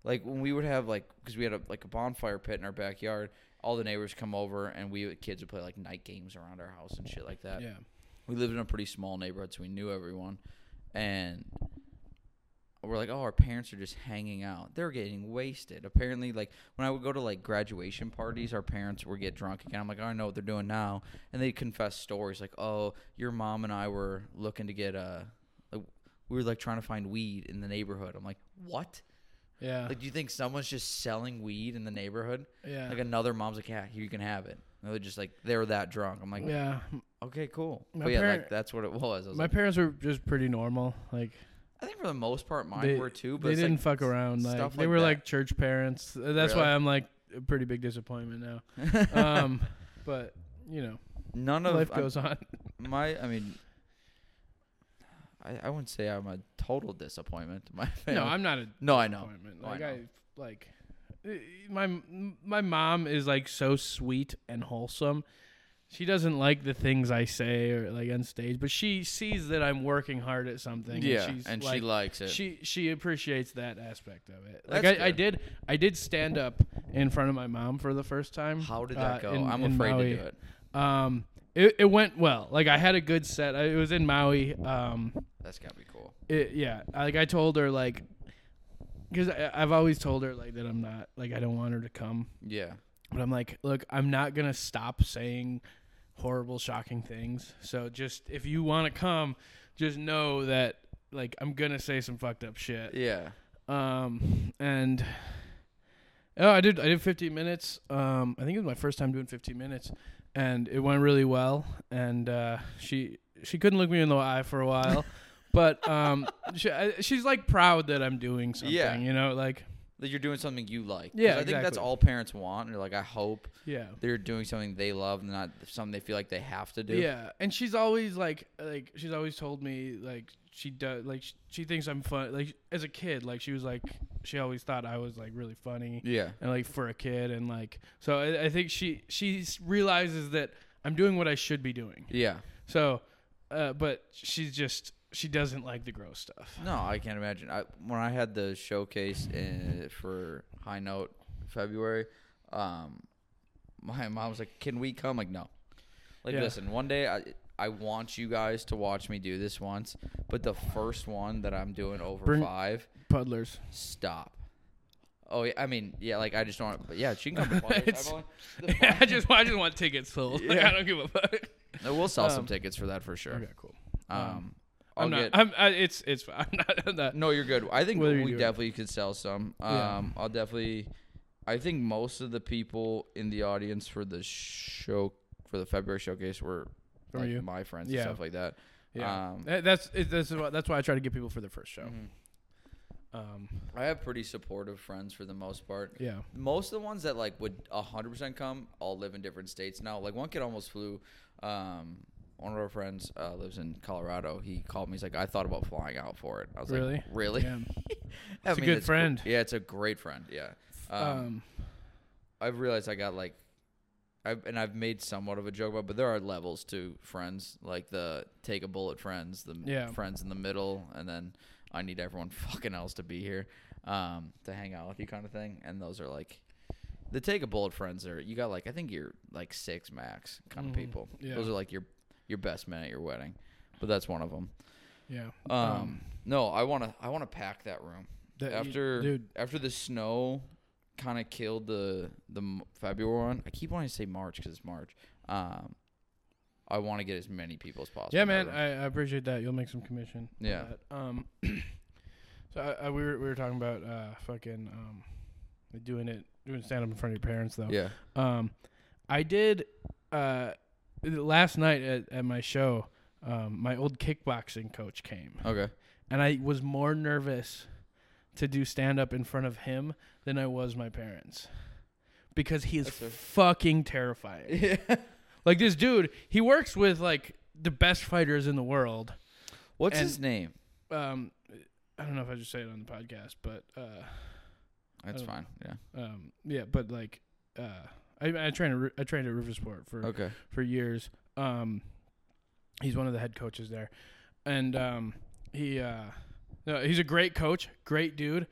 A: like when we would have like because we had a like a bonfire pit in our backyard all the neighbors come over and we kids would play like night games around our house and shit like that
B: yeah.
A: we lived in a pretty small neighborhood, so we knew everyone. And we're like, oh, our parents are just hanging out. They're getting wasted. Apparently, like when I would go to like graduation parties, our parents would get drunk again. I'm like, oh, I know what they're doing now. And they'd confess stories like, oh, your mom and I were looking to get a, like, we were like trying to find weed in the neighborhood. I'm like, what?
B: Yeah.
A: Like, do you think someone's just selling weed in the neighborhood?
B: yeah.
A: Like another mom's like, yeah, here you can have it. And they're just like, they were that drunk. I'm like,
B: yeah.
A: Okay, cool.
B: My
A: but yeah,
B: parent-
A: like that's what it was. I, was
B: My
A: like,
B: parents were just pretty normal. Like
A: I think for the most part, mine
B: They-
A: were too. But
B: they
A: it's like-
B: didn't fuck around. Like
A: stuff
B: they
A: like
B: were
A: that.
B: like church parents. Uh, That's
A: Really?
B: why I'm like a pretty big disappointment now. um, but you know,
A: none of
B: life
A: I'm-
B: goes on.
A: my. I mean, I, I wouldn't say I'm a total disappointment to my family.
B: No, I'm not a
A: No, I know.
B: disappointment.
A: No, I
B: like
A: know.
B: I, like uh, my m- my mom is like so sweet and wholesome. She doesn't like the things I say or like on stage, but she sees that I'm working hard at something.
A: yeah,
B: and, she's
A: and
B: like,
A: she likes it.
B: she she appreciates that aspect of it. Like
A: That's
B: I, I
A: good.
B: did I did stand up in front of my mom for the first time.
A: How did that
B: uh,
A: go?
B: in-
A: I'm
B: in
A: afraid
B: Maui.
A: to do it.
B: Um, it, it went well. Like I had a good set. I, it was in Maui. Um,
A: That's gotta be cool.
B: it, yeah. Like I told her like, because I've always told her like that I'm not like I don't want her to come,
A: Yeah,
B: but I'm like, look, I'm not gonna stop saying horrible, shocking things. So just if you want to come, just know that like I'm gonna say some fucked up shit.
A: yeah.
B: Um, and oh, I did I did 15 minutes. Um, I think it was my first time doing 15 minutes, and it went really well. And uh, she she couldn't look me in the eye for a while, but um, she, I- she's like proud that I'm doing something.
A: Yeah.
B: you know, like
A: That you're doing something you like. 'Cause
B: Yeah,
A: I think that's
B: exactly.
A: all parents want. They're like, I hope
B: yeah.
A: they're doing something they love, and not something they feel like they have to do.
B: Yeah, and she's always like, like she's always told me like she does, like she, she thinks I'm fun. Like as a kid, like she was like she always thought I was like really funny.
A: yeah,
B: and like for a kid and like so I, I think she she s- realizes that I'm doing what I should be doing.
A: yeah.
B: So, uh, but she's just she doesn't like the gross stuff.
A: No, I can't imagine. I when I had the showcase in, for High Note February, um, my mom was like, "Can we come?" Like, no. Like,
B: Yeah.
A: listen, one day I I want you guys to watch me do this once, but the first one that I'm doing over
B: Bring-
A: five,
B: Puddlers.
A: stop. Oh yeah, I mean yeah, like I just don't. But yeah, she can come to
B: It's-
A: Flanders. I've only-
B: I just I just want tickets sold. Like,
A: Yeah.
B: I don't give a fuck.
A: No, we'll sell some
B: Um,
A: tickets for that for sure.
B: Okay, cool.
A: Um, I'll
B: I'm not.
A: get.
B: I'm. I, it's it's. fine. I'm not. I'm not
A: No, you're good. I think
B: What are you
A: we
B: doing?
A: definitely could sell some. Um,
B: Yeah.
A: I'll definitely I think most of the people in the audience for the show for the February showcase were
B: Were
A: like
B: you?
A: my friends
B: Yeah.
A: and stuff like that.
B: Yeah,
A: Um,
B: That- that's it, that's why, that's why I try to get people for the first show.
A: Mhm. Mm-hmm.
B: Um,
A: I have pretty supportive friends for the most part.
B: yeah,
A: Most of the ones that like would 100% come all live in different states now. Like one kid almost flew. Um, one of our friends uh, lives in Colorado. He called me. He's like, I thought about flying out for it. I was
B: Really?
A: like, really? Um,
B: yeah.
A: I
B: It's a
A: mean,
B: good
A: gr-
B: friend.
A: yeah, it's a great friend. Yeah. Um,
B: Um,
A: I've realized I got like, I've and I've made somewhat of a joke about, but there are levels to friends, like the take a bullet friends, the m-
B: Yeah.
A: friends in the middle, and then I need everyone fucking else to be here, um, to hang out with you kind of thing. And those are like, the take a bullet friends are you got like I think you're like six max kind
B: Mhm.
A: of people.
B: Yeah.
A: Those are like your your best men at your wedding, but that's one of them.
B: yeah.
A: Um, no, I wanna I wanna pack that room
B: that you-
A: after
B: dude,
A: after the snow kind of killed the the m- February one. I keep wanting to say March because it's March. Um, I want to get as many people as possible.
B: yeah,
A: in that
B: man,
A: room.
B: I, I appreciate that. You'll make some commission. on
A: Yeah.
B: that. Um, so I, I, we were we were talking about uh fucking um, doing it doing stand up in front of your parents though.
A: yeah,
B: Um, I did uh last night at, at my show. Um, my old kickboxing coach came,
A: okay.
B: and I was more nervous to do stand up in front of him than I was my parents because he is
A: That's fair.
B: fucking terrifying. Like this dude, he works with like the best fighters in the world.
A: What's
B: And-
A: his name?
B: Um, I don't know if I should say it on the podcast, but uh,
A: That's
B: don't
A: fine. Yeah.
B: um, yeah, but like, uh, I, I trained at Ru- I trained at Riversport for
A: Okay.
B: for years. Um, he's one of the head coaches there, and um, he uh, no, he's a great coach, great dude,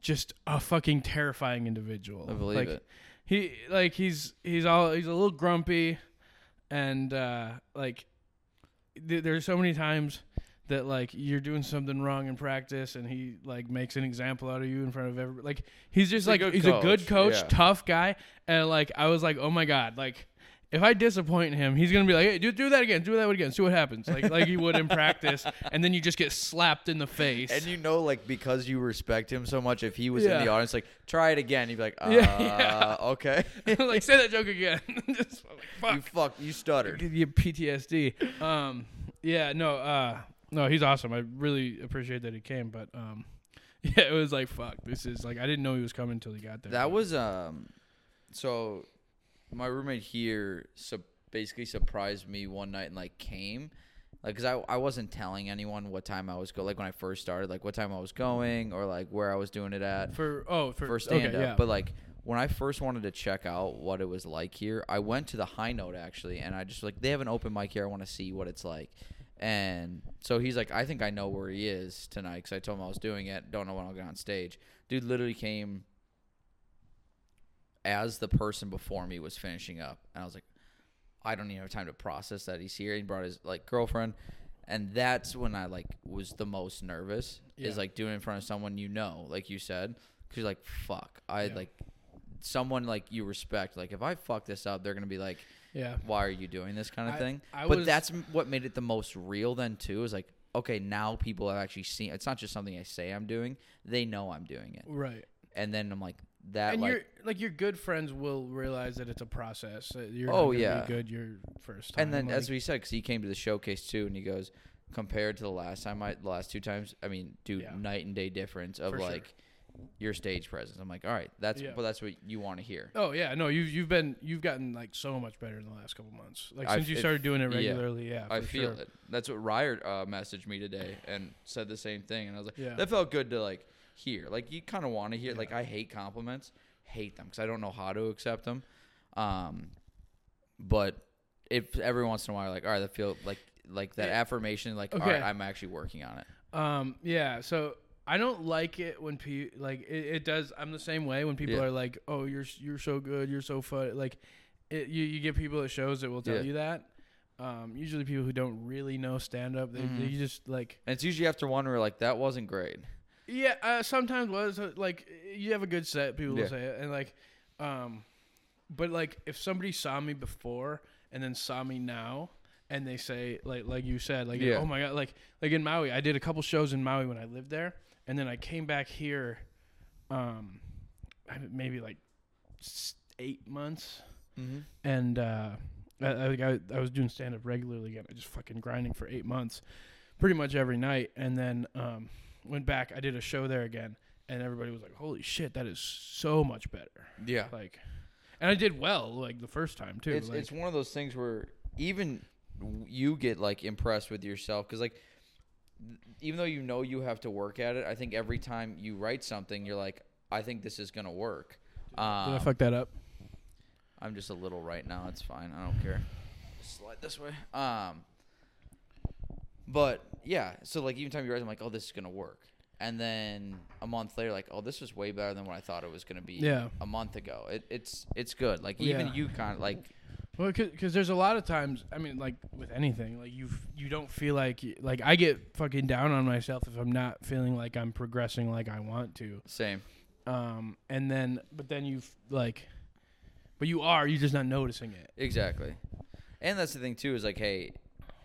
B: just a fucking terrifying individual.
A: I believe
B: like,
A: it.
B: He like he's he's all he's a little grumpy, and uh, like th- there's so many times that like you're doing something wrong in practice, and he like makes an example out of you in front of everybody. Like he's just
A: He's a
B: like
A: good
B: he's a good
A: coach,
B: coach,
A: yeah.
B: tough guy, and like I was like, oh my god, like if I disappoint him, he's gonna be like, "Hey, do do that again, do that again, see what happens." Like like he would in practice, and then you just get slapped in the face.
A: And you know, like because you respect him so much, if he was in
B: Yeah.
A: the audience, like try it again, you'd be like, uh,
B: Yeah, yeah.
A: okay.
B: like say that joke again. just I'm
A: you
B: like,
A: fuck.
B: fuck.
A: You stuttered.
B: Give you PTSD. Um, yeah, no, uh, no, he's awesome. I really appreciate that he came, but um, yeah, it was like fuck. This is like I didn't know he was coming until he got there.
A: That was um, so my roommate here su- basically surprised me one night and like came, like because I I wasn't telling anyone what time I was go like when I first started like what time I was going or like where I was doing it at
B: for oh for,
A: for stand
B: okay,
A: up.
B: yeah.
A: But like when I first wanted to check out what it was like here, I went to the High Note actually, and I just like they have an open mic here. I want to see what it's like. And so he's like, I think I know where he is tonight because I told him I was doing it. Don't know when I'll get on stage. Dude literally came as the person before me was finishing up, and I was like, I don't even have time to process that he's here. He brought his like girlfriend, and that's when I like was the most nervous.
B: Yeah.
A: Is like doing it in front of someone you know, like you said, because you're like, fuck, I
B: Yeah.
A: like someone like you respect. Like if I fuck this up, they're gonna be like,
B: yeah,
A: why are you doing this kind of
B: I-
A: thing?
B: I
A: but
B: was-
A: that's m- what made it the most real then too. Is like, okay, now people have actually seen. It's not just something I say I'm doing; they know I'm doing it.
B: right.
A: And then I'm like, that
B: And
A: like
B: your like your good friends will realize that it's a process. That you're
A: Oh,
B: oh yeah,
A: yeah.
B: be good your first time.
A: And then,
B: like,
A: as we said, because he came to the showcase too, and he goes, compared to the last time, I the last two times, I mean, dude,
B: Yeah.
A: night and day difference of
B: For sure.
A: like your stage presence. I'm like, all right, that's
B: Yeah.
A: well, that's what you want to hear.
B: Oh yeah, no, you've you've been you've gotten like so much better in the last couple months. Like
A: I
B: since you
A: f- it-
B: started doing it
A: yeah.
B: regularly, yeah,
A: I
B: for
A: feel
B: sure.
A: it. That's what Ryard uh, messaged me today and said the same thing, and I was like,
B: Yeah.
A: that felt good to like hear. Like you kind of want to hear.
B: Yeah.
A: Like I hate compliments, hate them because I don't know how to accept them. Um, but if every once in a while, like, all right, that feel like like that affirmation, like, all right,
B: Okay.
A: I'm actually working on it.
B: Um, yeah. So I don't like it when pe like it, it does. I'm the same way when people
A: Yeah.
B: are like, "Oh, you're s- you're so good, you're so fun." Like, it, you you get people at shows that will tell
A: Yeah.
B: you that. Um, usually people who don't really know stand up, they,
A: Mm-hmm.
B: they just like
A: And it's usually after one where like that wasn't great.
B: Yeah, uh, sometimes was uh, like you have a good set, people
A: Yeah.
B: will say it, and like, um, but like if somebody saw me before and then saw me now, and they say like like you said like
A: Yeah.
B: oh my god like like in Maui I did a couple shows in Maui when I lived there, and then I came back here, um, I- maybe like s- eight months,
A: Mm-hmm.
B: and uh, I, I, like, I I was doing stand up regularly again. I just fucking grinding for eight months, pretty much every night, and then um, went back. I did a show there again, and everybody was like, "Holy shit, that is so much better!"
A: Yeah.
B: Like, and I did well like the first time too.
A: It's
B: like,
A: it's one of those things where even w- you get like impressed with yourself because like th- even though you know you have to work at it, I think every time you write something, you're like, I think this is gonna work.
B: did I
A: Um,
B: fuck that up?
A: I'm just a little right now. It's fine. I don't care. Slide this way. Um, but yeah. So like even time you write, I'm like, oh, this is gonna work. And then a month later, like, oh, this was way better than what I thought it was gonna be.
B: Yeah.
A: A month ago, it, it's it's good. Like even
B: Yeah.
A: you kind of like
B: Well, because there's a lot of times. I mean, like with anything, like you f- you don't feel like y- like I get fucking down on myself if I'm not feeling like I'm progressing like I want to.
A: same.
B: Um, and then but then you f- like, but you are you're just not noticing it.
A: Exactly. And that's the thing too is like, hey,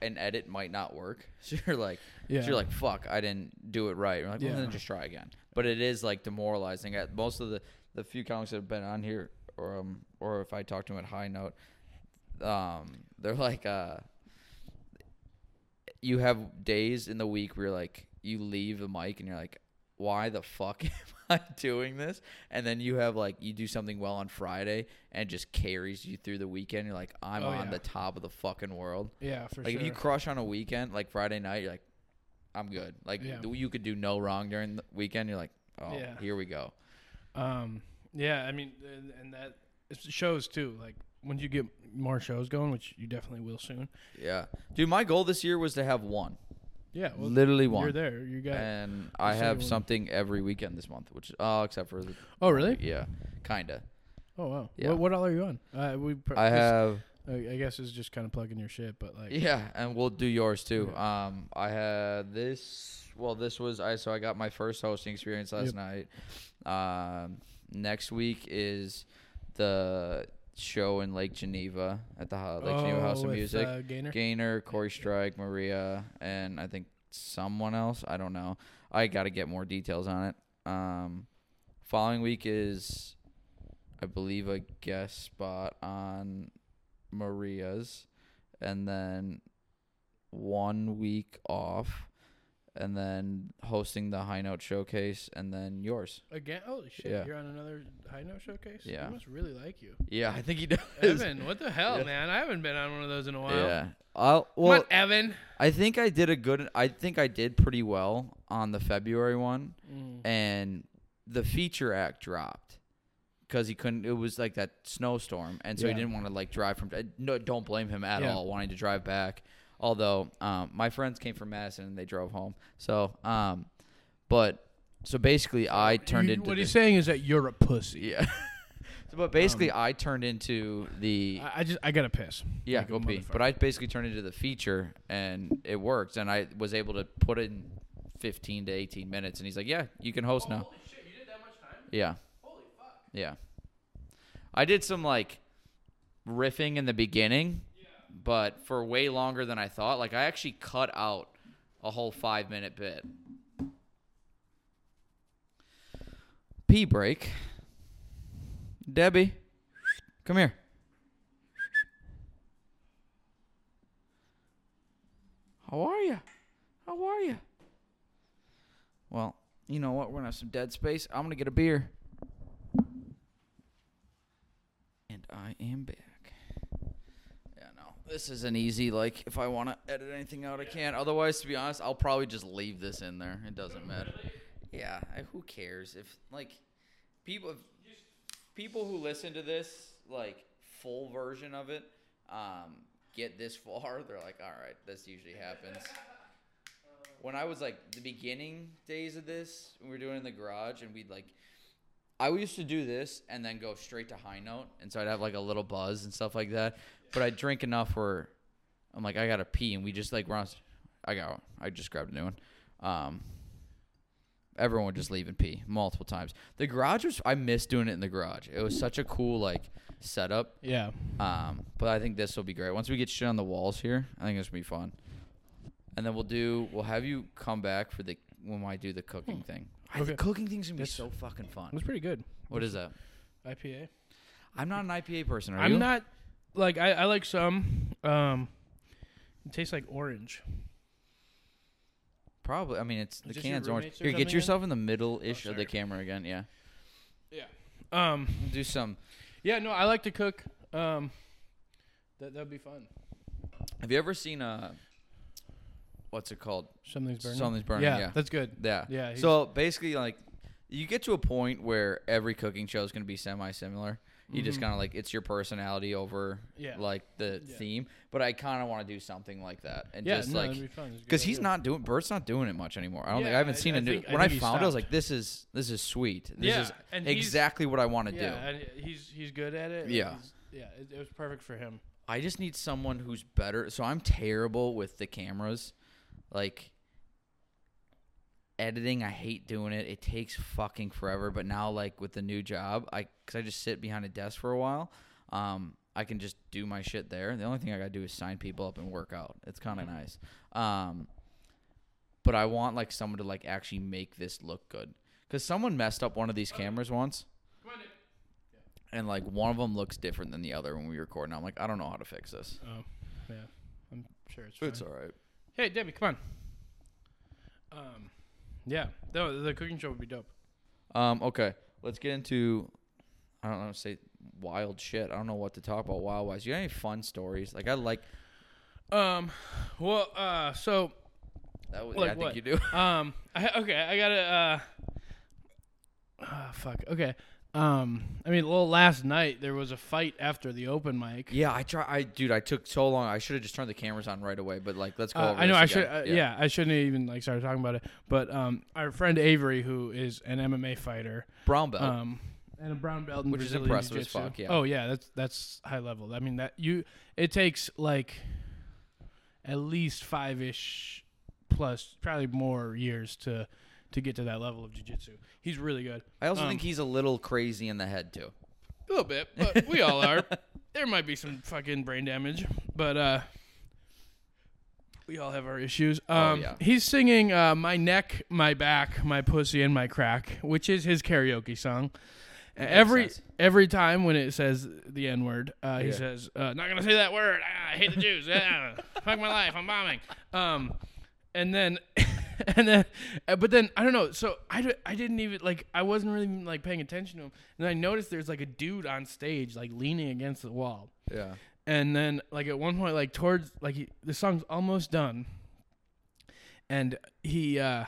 A: an edit might not work. So you're like,
B: Yeah.
A: so you're like, fuck, I didn't do it right. You're like, well,
B: Yeah.
A: then just try again. But it is like demoralizing. At most of the the few comics that have been on here, or um, or if I talk to them at High Note, um, they're like, uh, you have days in the week where you're like, you leave the mic and you're like, why the fuck am I doing this? And then you have like, you do something well on Friday and it just carries you through the weekend. You're like, I'm
B: Oh,
A: on
B: yeah.
A: the top of the fucking world.
B: yeah, for
A: Like
B: sure.
A: if you crush on a weekend, like Friday night, you're like, I'm good. Like
B: Yeah.
A: th- you could do no wrong during the weekend. You're like, oh,
B: Yeah.
A: here we go.
B: um, yeah, I mean, and, and that it shows too. Like once you get more shows going, which you definitely will soon.
A: Yeah, dude. My goal this year was to have one,
B: Yeah, well,
A: literally
B: you're
A: one,
B: there. You got.
A: and I
B: Just say
A: have
B: one.
A: something every weekend this month, which uh, except for the,
B: oh really?
A: yeah, kinda.
B: Oh wow.
A: Yeah.
B: What, what all are you on? Uh, we. pr-
A: I
B: this-
A: have
B: I, I guess it's just kind of plugging your shit, but like.
A: yeah, and we'll do yours too. Um, I had this. Well, this was I. So I got my first hosting experience last night. Um, next week is the show in Lake Geneva at the Ho- Lake Geneva House of
B: with,
A: Music.
B: uh, Gaynor?
A: Gainer, Corey Strike, Maria, and I think someone else. I don't know. I got to get more details on it. Um, following week is, I believe, a guest spot on Maria's, and then one week off, and then hosting the High Note Showcase, and then yours.
B: Again? Holy shit!
A: Yeah.
B: You're on another high note showcase.
A: Yeah.
B: He must really like you,
A: Yeah, I think he does.
B: Evan. What the hell,
A: Yeah.
B: man? I haven't been on one of those in a while.
A: Yeah. I'll,
B: Come
A: well,
B: on, Evan.
A: I think I did a good. I think I did pretty well on the February one, and the feature act dropped because he couldn't. It was like that snowstorm, and so he
B: Yeah.
A: didn't want to like drive from. uh, No, don't blame him at
B: Yeah.
A: all wanting to drive back. Although um, my friends came from Madison and they drove home, so um, but so basically I turned
B: You-
A: into
B: What
A: the-
B: he's saying is that you're a pussy.
A: yeah. so, but basically I turned into the
B: um, I, I just I gotta piss.
A: yeah,
B: Like oh, a
A: go pee. But I basically turned into the feature, and it worked. And I was able to put in 15 to 18 minutes. And he's like, "Yeah, you can host now."
B: Holy shit! You did that much time?
A: Yeah,
B: Holy fuck!
A: yeah. I did some like riffing in the beginning, but for way longer than I thought. Like I actually cut out a whole five minute bit. Pee break. Debbie, come here. How are you? How are you? Well, you know what? We're gonna have some dead space. I'm gonna get a beer. And I am back. Yeah, no, this isn't easy. Like, if I want to edit anything out, I can. Otherwise, to be honest, I'll probably just leave this in there. It doesn't matter. Yeah, I, who cares if like people if people who listen to this like full version of it um, get this far, they're like, all right, this usually happens. When I was like the beginning days of this, we were doing it in the garage, and we'd like I used to do this and then go straight to high note, and so I'd have like a little buzz and stuff like that. But I drink enough where I'm like, I gotta pee, and we just like run. I got one. I just grabbed a new one. Um, everyone would just leave and pee multiple times. The garage was I missed doing it in the garage. It was such a cool like setup.
B: Yeah.
A: Um, but I think this will be great. Once we get shit on the walls here, I think it's gonna be fun. And then we'll do. We'll have you come back for the when I do the cooking thing. I,
B: Okay.
A: the cooking thing's gonna be
B: That's-
A: so fucking fun.
B: It was pretty good.
A: What is that?
B: IPA.
A: I'm not an IPA person. Are
B: I'm
A: you?
B: not like I, I like some. Um, it tastes like orange.
A: Probably. I mean, it's the
B: this your
A: can's orange.
B: roommates or
A: Here,
B: something
A: get
B: then?
A: yourself in the middle ish of the
B: sorry.
A: camera again. Yeah.
B: Yeah. Um.
A: Do some.
B: Yeah. No, I like to cook. Um. That that'd be fun.
A: Have you ever seen a. What's it called?
B: Something's burning.
A: Something's burning.
B: yeah,
A: Yeah.
B: that's good.
A: Yeah.
B: Yeah, he's-
A: So basically, like, you get to a point where every cooking show is going to be semi similar. You just
B: Mhm.
A: kind of like it's your personality over
B: Yeah.
A: like the
B: Yeah.
A: theme. But I kind of want to do something like that and
B: yeah.
A: just
B: no,
A: like
B: that'd be fun. It's a good
A: because he's
B: idea.
A: not doing Bert's not doing it much anymore. I don't think
B: Yeah,
A: I haven't
B: I-
A: seen a
B: I
A: new
B: think- I
A: when I
B: think he
A: found it. I was
B: stopped.
A: like, this is this is sweet. This
B: Yeah,
A: is
B: and he's-
A: exactly what I want to
B: Yeah,
A: do.
B: and he's he's good at it. and
A: Yeah.
B: he's- Yeah. It, it was perfect for him.
A: I just need someone who's better. So I'm terrible with the cameras. Like editing, I hate doing it. It takes fucking forever. But now, like with the new job, I because I just sit behind a desk for a while. Um, I can just do my shit there. The only thing I gotta do is sign people up and work out. It's kind of nice. Um, but I want like someone to like actually make this look good. Cause someone messed up one of these cameras once and like one of them looks different than the other when we record. And I'm like, I don't know how to fix this.
B: Oh, yeah. I'm sure it's.
A: It's
B: fine.
A: all right.
B: Hey, Debbie, come on. Um. Yeah. No, the cooking show would be dope.
A: Um, okay, let's get into. I don't know. Say wild shit. I don't know what to talk about wild wise. You got any fun stories? Like I like.
B: Um. Well. Uh. So.
A: That was,
B: Like
A: I think
B: what?
A: you do.
B: um I, okay i gotta uh ah, fuck okay um i mean well last night there was a fight after the open mic Uh,
A: yeah, I try. I dude, I took so long. I should have just turned the cameras on right away. But like, let's go.
B: Uh,
A: over
B: I know
A: this
B: I
A: again.
B: should. Uh, yeah. I shouldn't even like started talking about it. But um, our friend Avery, who is an MMA fighter,
A: brown belt.
B: um, and a brown belt, in
A: Which is
B: Brazilian
A: impressive as
B: Jiu-Jitsu.
A: fuck, yeah.
B: Oh yeah, that's that's high level. I mean that you it takes like at least five ish plus, probably more years to to get to that level of jiu-jitsu. He's really good.
A: I also
B: um,
A: think he's a little crazy in the head too.
B: A little bit, but we all are. There might be some fucking brain damage, but uh we all have our issues. Um
A: Oh, yeah.
B: he's singing uh My Neck, My Back, My Pussy and My Crack, which is his karaoke song. Every
A: sense.
B: every time when it says the N word, uh, he
A: Yeah.
B: says, uh, "Not gonna say that word. Ah, I hate the Jews. Ah, fuck my life. I'm bombing." Um, and then, and then, uh, but then I don't know. So I, d- I didn't even like I wasn't really even, like paying attention to him. And I noticed there's like a dude on stage like leaning against the wall.
A: Yeah.
B: And then like at one point like towards like he, the song's almost done. And he uh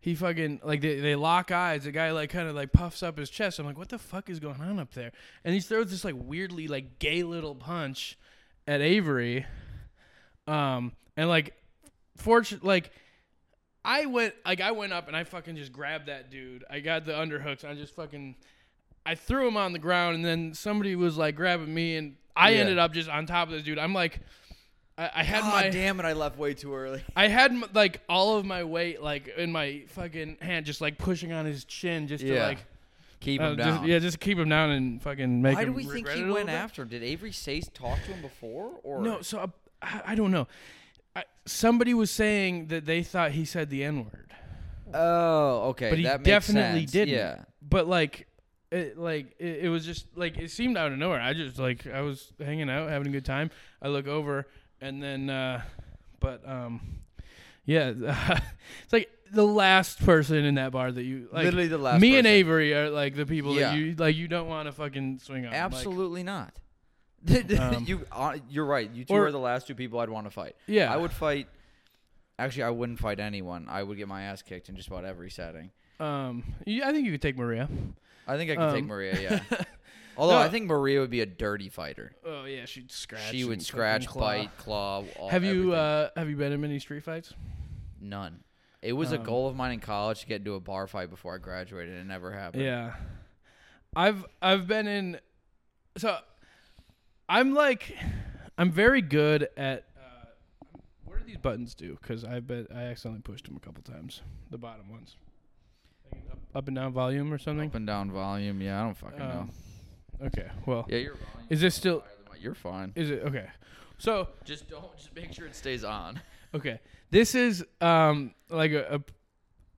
B: he fucking like they, they lock eyes. The guy like kind of like puffs up his chest. I'm like, what the fuck is going on up there? And he throws this like weirdly like gay little punch at Avery. Um and like fortunate like I went like I went up and I fucking just grabbed that dude. I got the underhooks. I just fucking I threw him on the ground and then somebody was like grabbing me and I
A: Yeah.
B: ended up just on top of this dude. I'm like I, I had
A: God
B: my
A: Ah, damn it! I left way too early.
B: I had m- like all of my weight like in my fucking hand just like pushing on his chin just to
A: Yeah.
B: like
A: Keep
B: uh,
A: him
B: just-
A: down.
B: yeah just keep him down and fucking make
A: Why do
B: him
A: we think
B: regret
A: he
B: it a little
A: went
B: bit.
A: after him? Did Avery say talk to him before or
B: No, so uh, I, I don't know. I, somebody was saying that they thought he said the N word.
A: Oh, okay.
B: but he
A: that makes
B: definitely
A: sense.
B: didn't.
A: Yeah.
B: But like, it, like it, it was just like it seemed out of nowhere. I just like I was hanging out, having a good time. I look over, and then, uh, but um, yeah, it's like the last person in that bar that you like.
A: Literally the last
B: Me and
A: person.
B: Avery are like the people
A: Yeah.
B: that you like. You don't want to fucking swing on. Like,
A: Absolutely not.
B: Um,
A: you uh, you're right. You two
B: or-
A: are the last two people I'd want to fight.
B: Yeah.
A: I would fight. Actually, I wouldn't fight anyone. I would get my ass kicked in just about every setting.
B: um, you, I think you could take Maria.
A: I think I could take
B: Um,
A: Maria. Yeah. Although
B: No.
A: I think Maria would be a dirty fighter.
B: Oh yeah, she'd scratch.
A: She would
B: and fucking
A: scratch,
B: claw.
A: bite, claw. All,
B: Have
A: everything.
B: you uh, have you been in many street fights?
A: None. It was a
B: um,
A: goal of mine in college to get into a bar fight before I graduated, and it never happened.
B: Yeah. I've I've been in so I'm like I'm very good at uh, what do these buttons do? Because I bet I accidentally pushed them a couple times. The bottom ones. Like an Up, up and down volume or something.
A: Up and down volume. Yeah, I don't fucking know.
B: Um, Okay. Well,
A: Yeah, your volume
B: is this still?
A: higher than mine. You're fine.
B: Is it okay? So
A: Just don't. Just make sure it stays on.
B: Okay. This is um like a, a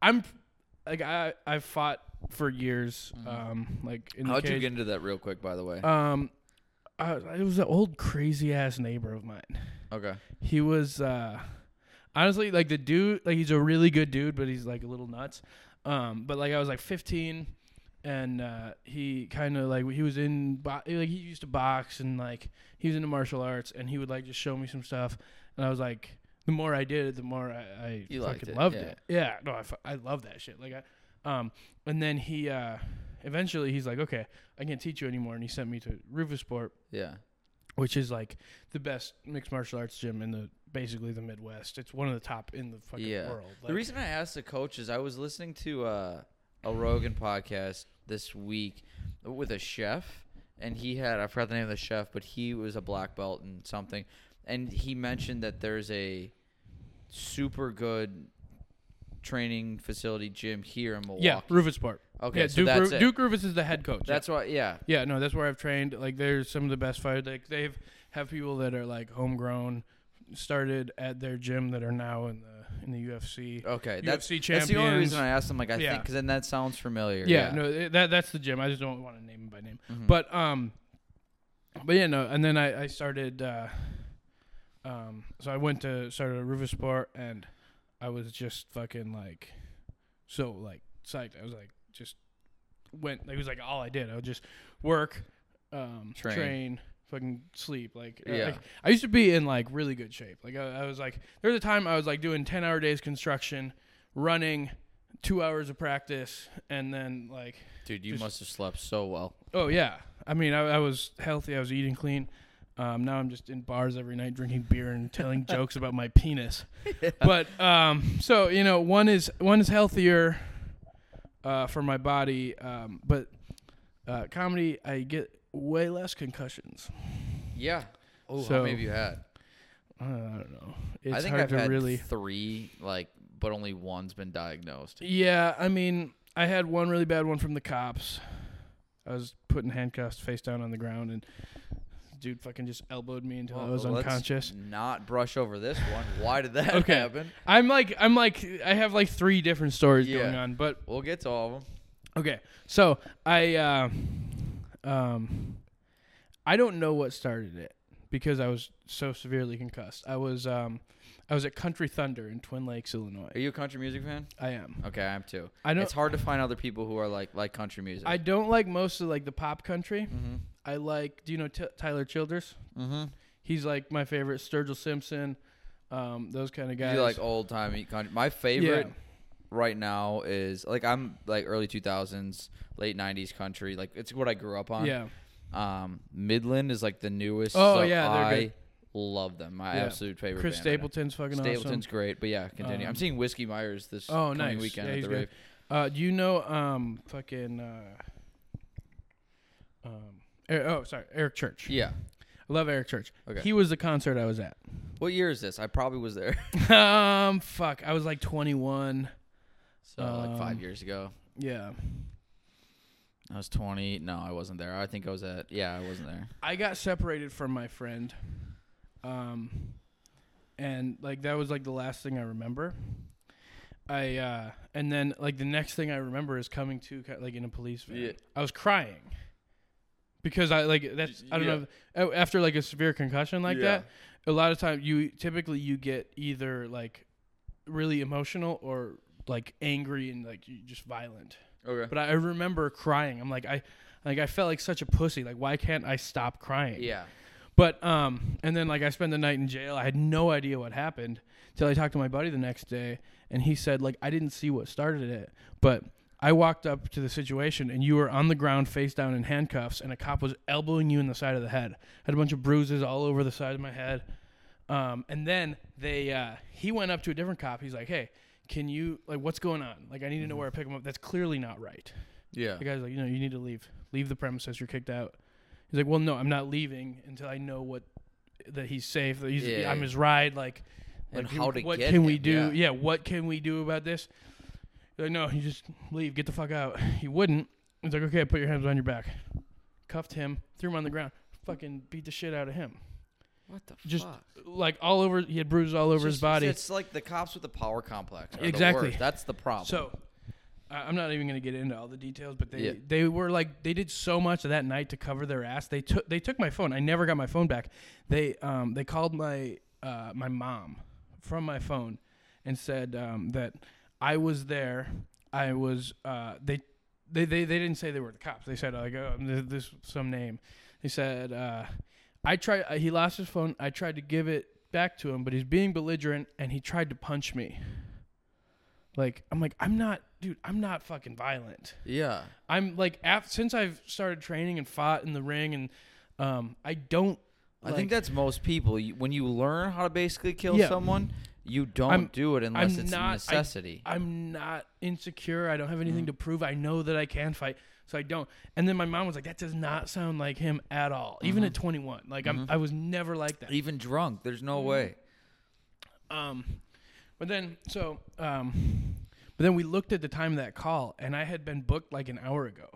B: I'm like I I fought for years.
A: Mhm.
B: Um, like in
A: How'd
B: the
A: you
B: cage.
A: get into that real quick, by the way?
B: um, I, it was an old crazy ass neighbor of mine.
A: okay.
B: He was uh, honestly like the dude. Like he's a really good dude, but he's like a little nuts. Um, but like I was like 15, and uh, he kind of like he was in bo- like he used to box and like he was into martial arts, and he would like just show me some stuff, and I was like. The more I did it, the more I, I
A: You liked
B: fucking
A: it,
B: loved
A: yeah.
B: it. Yeah, no, I, fu- I love that shit. Like, I, um, and then he, uh, eventually he's like, okay, I can't teach you anymore, and he sent me to Rufus Sport,
A: Yeah.
B: which is like the best mixed martial arts gym in the basically the Midwest. It's one of the top in the fucking
A: Yeah.
B: world. Like,
A: the reason I asked the coach is I was listening to uh, a Rogan podcast this week with a chef, and he had I forgot the name of the chef, but he was a black belt and something, and he mentioned that there's a super good training facility gym here in Milwaukee.
B: yeah, Rufus Sport.
A: Okay,
B: yeah,
A: so
B: Duke,
A: that's
B: Ru-
A: it.
B: Duke Rufus is the head coach.
A: That's why. Yeah.
B: yeah. yeah, no, that's where I've trained. Like, there's some of the best fighters. Like, they've have people that are like homegrown, started at their gym that are now in the in the UFC.
A: Okay. That's
B: UFC
A: that's the only
B: champions.
A: reason I asked him. Like I think 'cause
B: Yeah.
A: think because then that sounds familiar.
B: yeah, no, it- that that's the gym. I just don't want to name him by name.
A: Mhm.
B: But um, but yeah, no. And then I I started. Uh, um, so I went to started at Rufus Sport, and I was just fucking like, so like psyched. I was like, just went. It was like all I did. I would just work, um,
A: Train.
B: train. Fucking sleep like uh,
A: Yeah.
B: like, I used to be in like really good shape. Like I, I was like there was a time I was like doing ten hour days construction, running, two hours of practice, and then like
A: dude, you
B: just-
A: must have slept so well.
B: Oh yeah, I mean, I, I was healthy. I was eating clean. Um, now I'm just in bars every night, drinking beer and telling jokes about my penis. But um, so you know, one is one is healthier uh, for my body, um, but uh, comedy, I get way less concussions.
A: Yeah. Oh, how
B: So-
A: many have you had?
B: Uh, I don't know. It's
A: I think
B: hard
A: I've
B: to
A: had
B: really.
A: three, like, but only one's been diagnosed.
B: yeah, I mean, I had one really bad one from the cops. I was put in handcuffs, face down on the ground, and dude fucking just elbowed me until I was
A: Well, let's
B: unconscious.
A: Not brush over this one. Why did that
B: Okay.
A: happen?
B: I'm like I'm like I have like three different stories
A: Yeah.
B: going on, but
A: We'll get to all of them.
B: okay. So I uh, um I don't know what started it because I was so severely concussed. I was um I was at Country Thunder in Twin Lakes, Illinois.
A: Are you a country music fan?
B: I am.
A: Okay, I am too.
B: I don't
A: It's hard to find other people who are like like country music.
B: I don't like most of like the pop country.
A: Mm-hmm.
B: I like do you know T- Tyler Childers?
A: Mm-hmm.
B: He's like my favorite Sturgill Simpson, um those kind of guys.
A: You like old timey country. My favorite right now is like I'm like early 2000s, late 90s country. Like it's what I grew up
B: Yeah.
A: on.
B: Yeah.
A: Um, Midland is like the newest.
B: Oh,
A: so
B: yeah, they're
A: I
B: good.
A: love them. My
B: Yeah.
A: absolute favorite.
B: Chris
A: band right now.
B: Stapleton's fucking awesome.
A: Stapleton's great, but yeah, continue. I'm
B: Um,
A: seeing Whiskey Myers this
B: oh,
A: coming
B: nice.
A: weekend
B: Yeah,
A: at
B: he's
A: the
B: good.
A: rave.
B: Uh, do you know um fucking uh, um Er- oh sorry Eric Church?
A: Yeah.
B: I love Eric Church.
A: Okay.
B: He was the concert I was at.
A: What year is this? I probably was there.
B: um fuck, I was like 21.
A: So like five
B: Um,
A: years ago.
B: Yeah.
A: I was 20. No, I wasn't there. I think I was at. Yeah, I wasn't there.
B: I got separated from my friend. Um and like that was like the last thing I remember. I uh and then like the next thing I remember is coming to ki- like in a police van.
A: Yeah.
B: I was crying. Because I like that's I don't
A: Yeah.
B: know know after like a severe concussion like
A: Yeah.
B: that, a lot of times you typically you get either like really emotional or like angry and like you- just violent.
A: Okay.
B: But I I remember crying. I'm like I like I felt like such a pussy. Like why can't I stop crying?
A: yeah.
B: But um and then like I spent the night in jail. I had no idea what happened till I talked to my buddy the next day and he said like I didn't see what started it, but I walked up to the situation and you were on the ground face down in handcuffs and a cop was elbowing you in the side of the head. had a bunch of bruises all over the side of my head. Um, and then they uh, he went up to a different cop. He's like, "Hey, can you like what's going on? Like I need to know where I pick him up. That's clearly not right."
A: Yeah.
B: The guy's like, you know, you need to leave. Leave the premises. You're kicked out. He's like, well, no, I'm not leaving until I know what that he's safe. That he's,
A: Yeah.
B: I'm his ride. Like,
A: And
B: like,
A: how to
B: what
A: get
B: can we
A: him,
B: do?
A: yeah.
B: Yeah. what can we do about this? He's like, no, you just leave. Get the fuck out. He wouldn't. He's like, okay, put your hands on your back. Cuffed him, threw him on the ground, fucking beat the shit out of him.
A: What the
B: Just
A: fuck?
B: Like all over, he had bruises all over his
A: Just-
B: body.
A: It's like the cops with the power complex. are the
B: Exactly.
A: worst. That's the problem.
B: So I- I'm not even gonna get into all the details, but they
A: Yeah.
B: they were like they did so much that night to cover their ass. They took they took my phone. I never got my phone back. They um they called my uh my mom from my phone and said um that I was there. I was uh they they they, they didn't say they were the cops. They said like oh, th- this some name. They said uh I tried uh, he lost his phone. I tried to give it back to him, but he's being belligerent and he tried to punch me. Like I'm like I'm not, dude. I'm not fucking violent.
A: Yeah.
B: I'm like af- since I've started training and fought in the ring and um I don't.
A: I think
B: like,
A: that's most people. You, when you learn how to basically kill
B: Yeah.
A: someone, you don't
B: I'm-
A: do it unless
B: I'm
A: it's
B: not- I-
A: a necessity.
B: I'm not insecure. I don't have anything to prove. I know that I can fight, so I don't. And then my mom was like, "That does not sound like him at all." Even at 21, like I'm, I was never like that.
A: Even drunk, there's no way.
B: Um, but then so um, but then we looked at the time of that call, and I had been booked like an hour ago,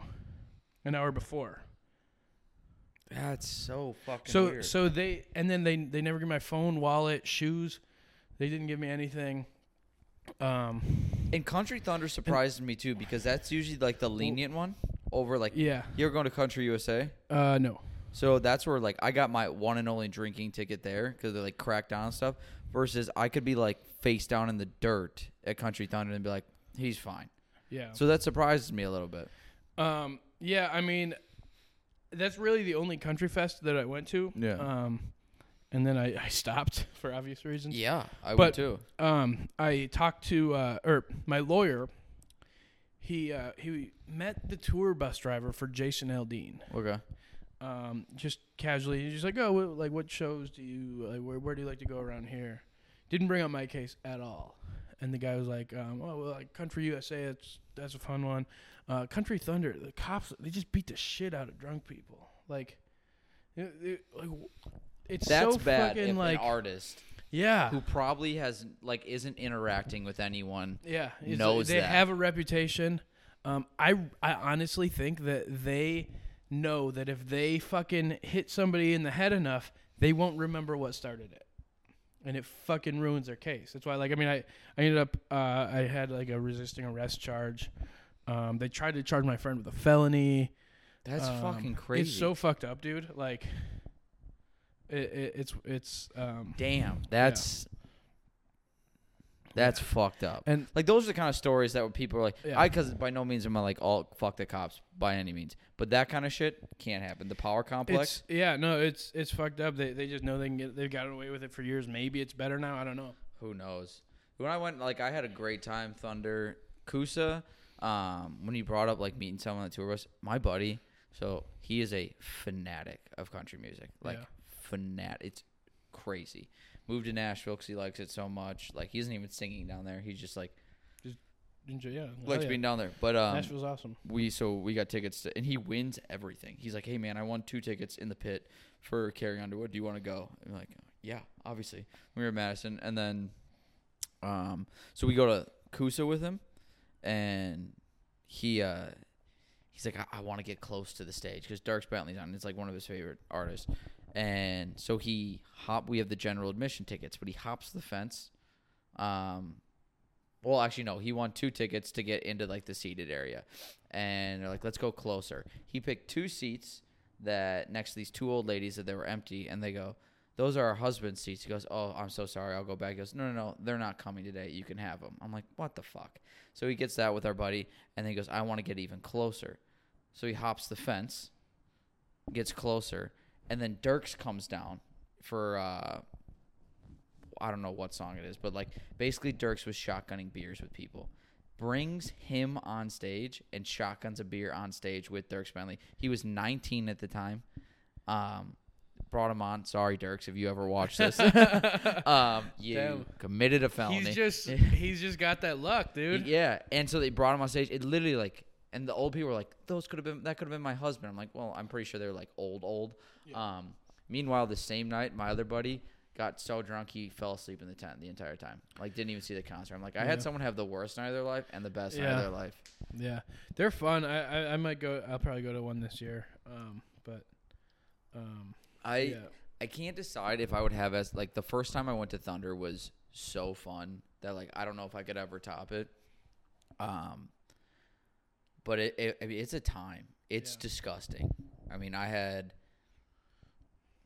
B: an hour before.
A: That's so fucking
B: Mm. So so they and then they they never give my phone, wallet, shoes. They didn't give me anything. Um,
A: and Country Thunder surprised me too because that's usually like the lenient one over like
B: yeah.
A: you're going to Country USA.
B: Uh, no.
A: So that's where like I got my one and only drinking ticket there because they like cracked down on stuff. Versus I could be like face down in the dirt at Country Thunder and be like, he's fine.
B: Yeah.
A: So that surprises me a little bit.
B: Um, yeah, I mean, that's really the only country fest that I went to.
A: Yeah.
B: Um, and then I, I stopped for obvious reasons.
A: Yeah, I
B: But-
A: would too.
B: Um, I talked to uh, or my lawyer. He uh, he met the tour bus driver for Jason Aldean.
A: Okay.
B: Um, just casually, he's just like, oh, what, like what shows do you like? Where, where do you like to go around here? Didn't bring up my case at all. And the guy was like, um, oh, well, like Country USA, that's that's a fun one. Uh, Country Thunder, the cops, they just beat the shit out of drunk people. Like, it, it- like it's
A: That's
B: so
A: bad
B: fucking
A: if
B: like,
A: an artist
B: yeah,
A: who probably has like isn't interacting with anyone.
B: Yeah, it's-
A: knows
B: they
A: that.
B: have a reputation. Um, I I honestly think that they know that if they fucking hit somebody in the head enough, they won't remember what started it, and it fucking ruins their case. That's why, like, I mean, I I ended up uh, I had like a resisting arrest charge. Um, they tried to charge my friend with a felony.
A: That's
B: Um,
A: fucking crazy.
B: It's so fucked up, dude. Like, it, it, it's it's um
A: damn. That's that's fucked up.
B: and
A: Like those are the kind of stories that when people are like,
B: Yeah.
A: I because by no means am I like all fuck the cops by any means, but that kind of shit can't happen. The power complex.
B: It's, yeah, no, it's it's fucked up. They they just know they can get they've gotten away with it for years. Maybe it's better now. I don't know.
A: Who knows? When I went, like I had a great time. Thunder Kusa. Um, when you brought up like meeting someone on the tour bus, my buddy. So he is a fanatic of country music. Like
B: Yeah.
A: fanatic. It's crazy. Moved to Nashville because he likes it so much. Like he isn't even singing down there. He's just like
B: Enjoy, yeah,
A: likes
B: hell Oh, yeah.
A: being down there. But um,
B: Nashville's awesome.
A: we so we got tickets to, and he wins everything. He's like, "Hey man, I won two tickets in the pit for Carrie Underwood. Do you want to go?" And I'm like, "Yeah, obviously." We were in Madison, and then, um, so we go to Coosa with him, and he uh, he's like, "I, I want to get close to the stage because Dirks Bentley's on. It's like one of his favorite artists." And so he hop. We have the general admission tickets, but he hops the fence. Um, well, actually, no. He won two tickets to get into like the seated area, and they're like, "Let's go closer." He picked two seats that next to these two old ladies that they were empty, and they go, "Those are our husband's seats." He goes, "Oh, I'm so sorry. I'll go back." He goes, "No, no, no. They're not coming today. You can have them." I'm like, "What the fuck?" So he gets that with our buddy, and then he goes, "I want to get even closer." So he hops the fence, gets closer, and then Dirks comes down for uh, I don't know what song it is, but like basically Dirks was shotgunning beers with people. Brings him on stage and shotguns a beer on stage with Dirks Bentley. He was 19 at the time. Um, brought him on. Sorry, Dirks, if you ever watch this. um, you
B: Damn.
A: committed a felony.
B: He's just he's just got that luck, dude.
A: Yeah, and so they brought him on stage. It literally like, and the old people were like, "Those could have been that could have been my husband." I'm like, "Well, I'm pretty sure they're like old, old." Um, meanwhile, the same night, my other buddy got so drunk he fell asleep in the tent the entire time. Like, didn't even see the concert. I'm like, I had
B: Yeah.
A: someone have the worst night of their life and the best night
B: Yeah.
A: of their life.
B: Yeah, they're fun. I, I I might go. I'll probably go to one this year. Um, but um,
A: I
B: yeah,
A: I can't decide if I would have as like the first time I went to Thunder was so fun that like I don't know if I could ever top it. Um, But it, it I mean, it's a time. It's
B: Yeah.
A: disgusting. I mean, I had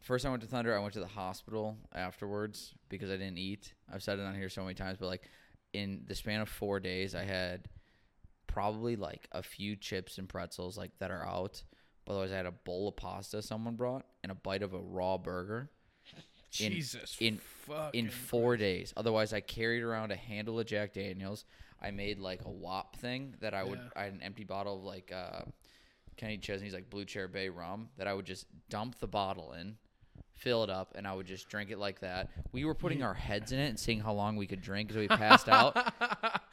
A: first I went to Thunder. I went to the hospital afterwards because I didn't eat. I've said it on here so many times, but like in the span of four days, I had probably like a few chips and pretzels like that are out. But otherwise, I had a bowl of pasta someone brought and a bite of a raw burger in-
B: Jesus.
A: in-
B: fucking
A: in four days. Otherwise, I carried around a handle of Jack Daniels. I made like a wop thing that I would.
B: Yeah.
A: I had an empty bottle of like uh, Kenny Chesney's like Blue Chair Bay rum that I would just dump the bottle in, fill it up, and I would just drink it like that. We were putting our heads in it and seeing how long we could drink until we passed out.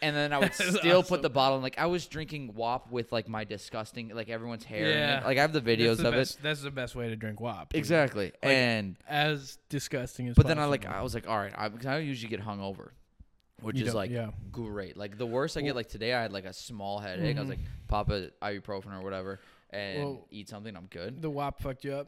A: And then I would
B: That's
A: still
B: awesome.
A: put the bottle in. Like I was drinking wop with like my disgusting like everyone's hair. Yeah.
B: Yeah.
A: Like I have the videos
B: That's the
A: of
B: best,
A: it.
B: That's the best way to drink WAP. dude.
A: Exactly. and
B: As disgusting as.
A: but then I like
B: possible.
A: I was like, all right, I, because I usually get hungover, which
B: You
A: is
B: don't-
A: like
B: yeah.
A: great. Like the worst I get, like today I had like a small headache. I was like, pop a ibuprofen or whatever, and
B: Mm-hmm. Well-
A: eat something. I'm good.
B: the WAP fucked you up.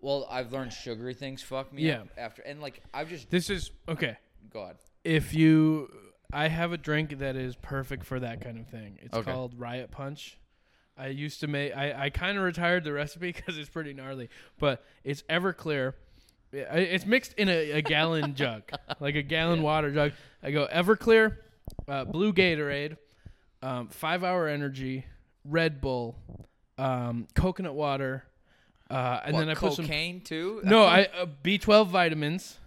A: Well, I've learned sugary things fuck me
B: Yeah.
A: up after, and like I've just
B: This is okay.
A: God.
B: If you, I have a drink that is perfect for that kind of thing. It's
A: Okay.
B: called Riot Punch. I used to make. I, I kind of retired the recipe because it's pretty gnarly, but it's Everclear. Yeah, I- It's mixed in a, a gallon jug, like a gallon water jug. I go Everclear, uh, blue Gatorade, um, five hour energy, Red Bull, um, coconut water, uh, and
A: What,
B: then I put some
A: cocaine too.
B: no, I uh, B twelve vitamins,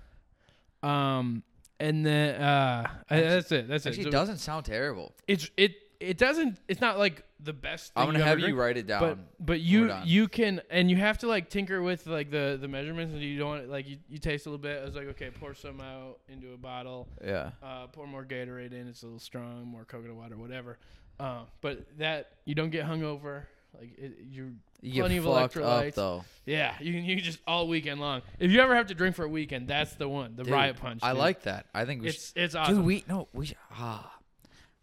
B: um, and then uh, I, that's it. That's
A: actually
B: it.
A: it
B: So
A: doesn't sound terrible.
B: it's it it doesn't. It's not like the best. Thing
A: I'm gonna
B: you ever
A: have you
B: drink,
A: write it down.
B: But but
A: We're
B: you
A: done.
B: you can and you have to like tinker with like the the measurements and you don't like you, you taste a little bit. I was like okay, pour some out into a bottle.
A: yeah,
B: Uh, pour more Gatorade in. It's a little strong. More coconut water, whatever. Uh, but that you don't get hungover. Like it, you
A: you
B: plenty
A: get
B: of
A: fucked up
B: electrolytes.
A: though.
B: yeah, you can you can just all weekend long. If you ever have to drink for a weekend, that's the one. The
A: Dude,
B: riot punch.
A: I
B: dude.
A: like that. I think we should.
B: it's it's awesome.
A: Dude, we no, we sh- ah,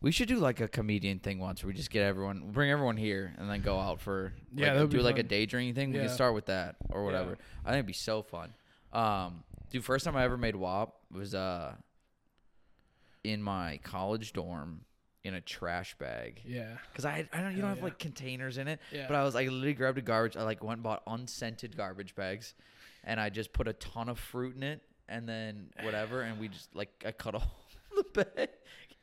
A: we should do like a comedian thing once. Where we just get everyone, bring everyone here, and then go out for
B: Yeah,
A: like,
B: that would
A: do
B: be
A: like a
B: fun.
A: day drinking thing. We
B: Yeah.
A: can start with that or whatever. I think it'd be so fun. Um, dude, first time I ever made WAP was uh in my college dorm in a trash bag.
B: yeah.
A: Cause I, I don't you don't
B: Hell
A: have
B: Oh, yeah.
A: like containers in it,
B: Yeah.
A: but I was like literally grabbed a garbage. I like went and bought unscented garbage bags, and I just put a ton of fruit in it, and then whatever, and we just like I cut off the bag,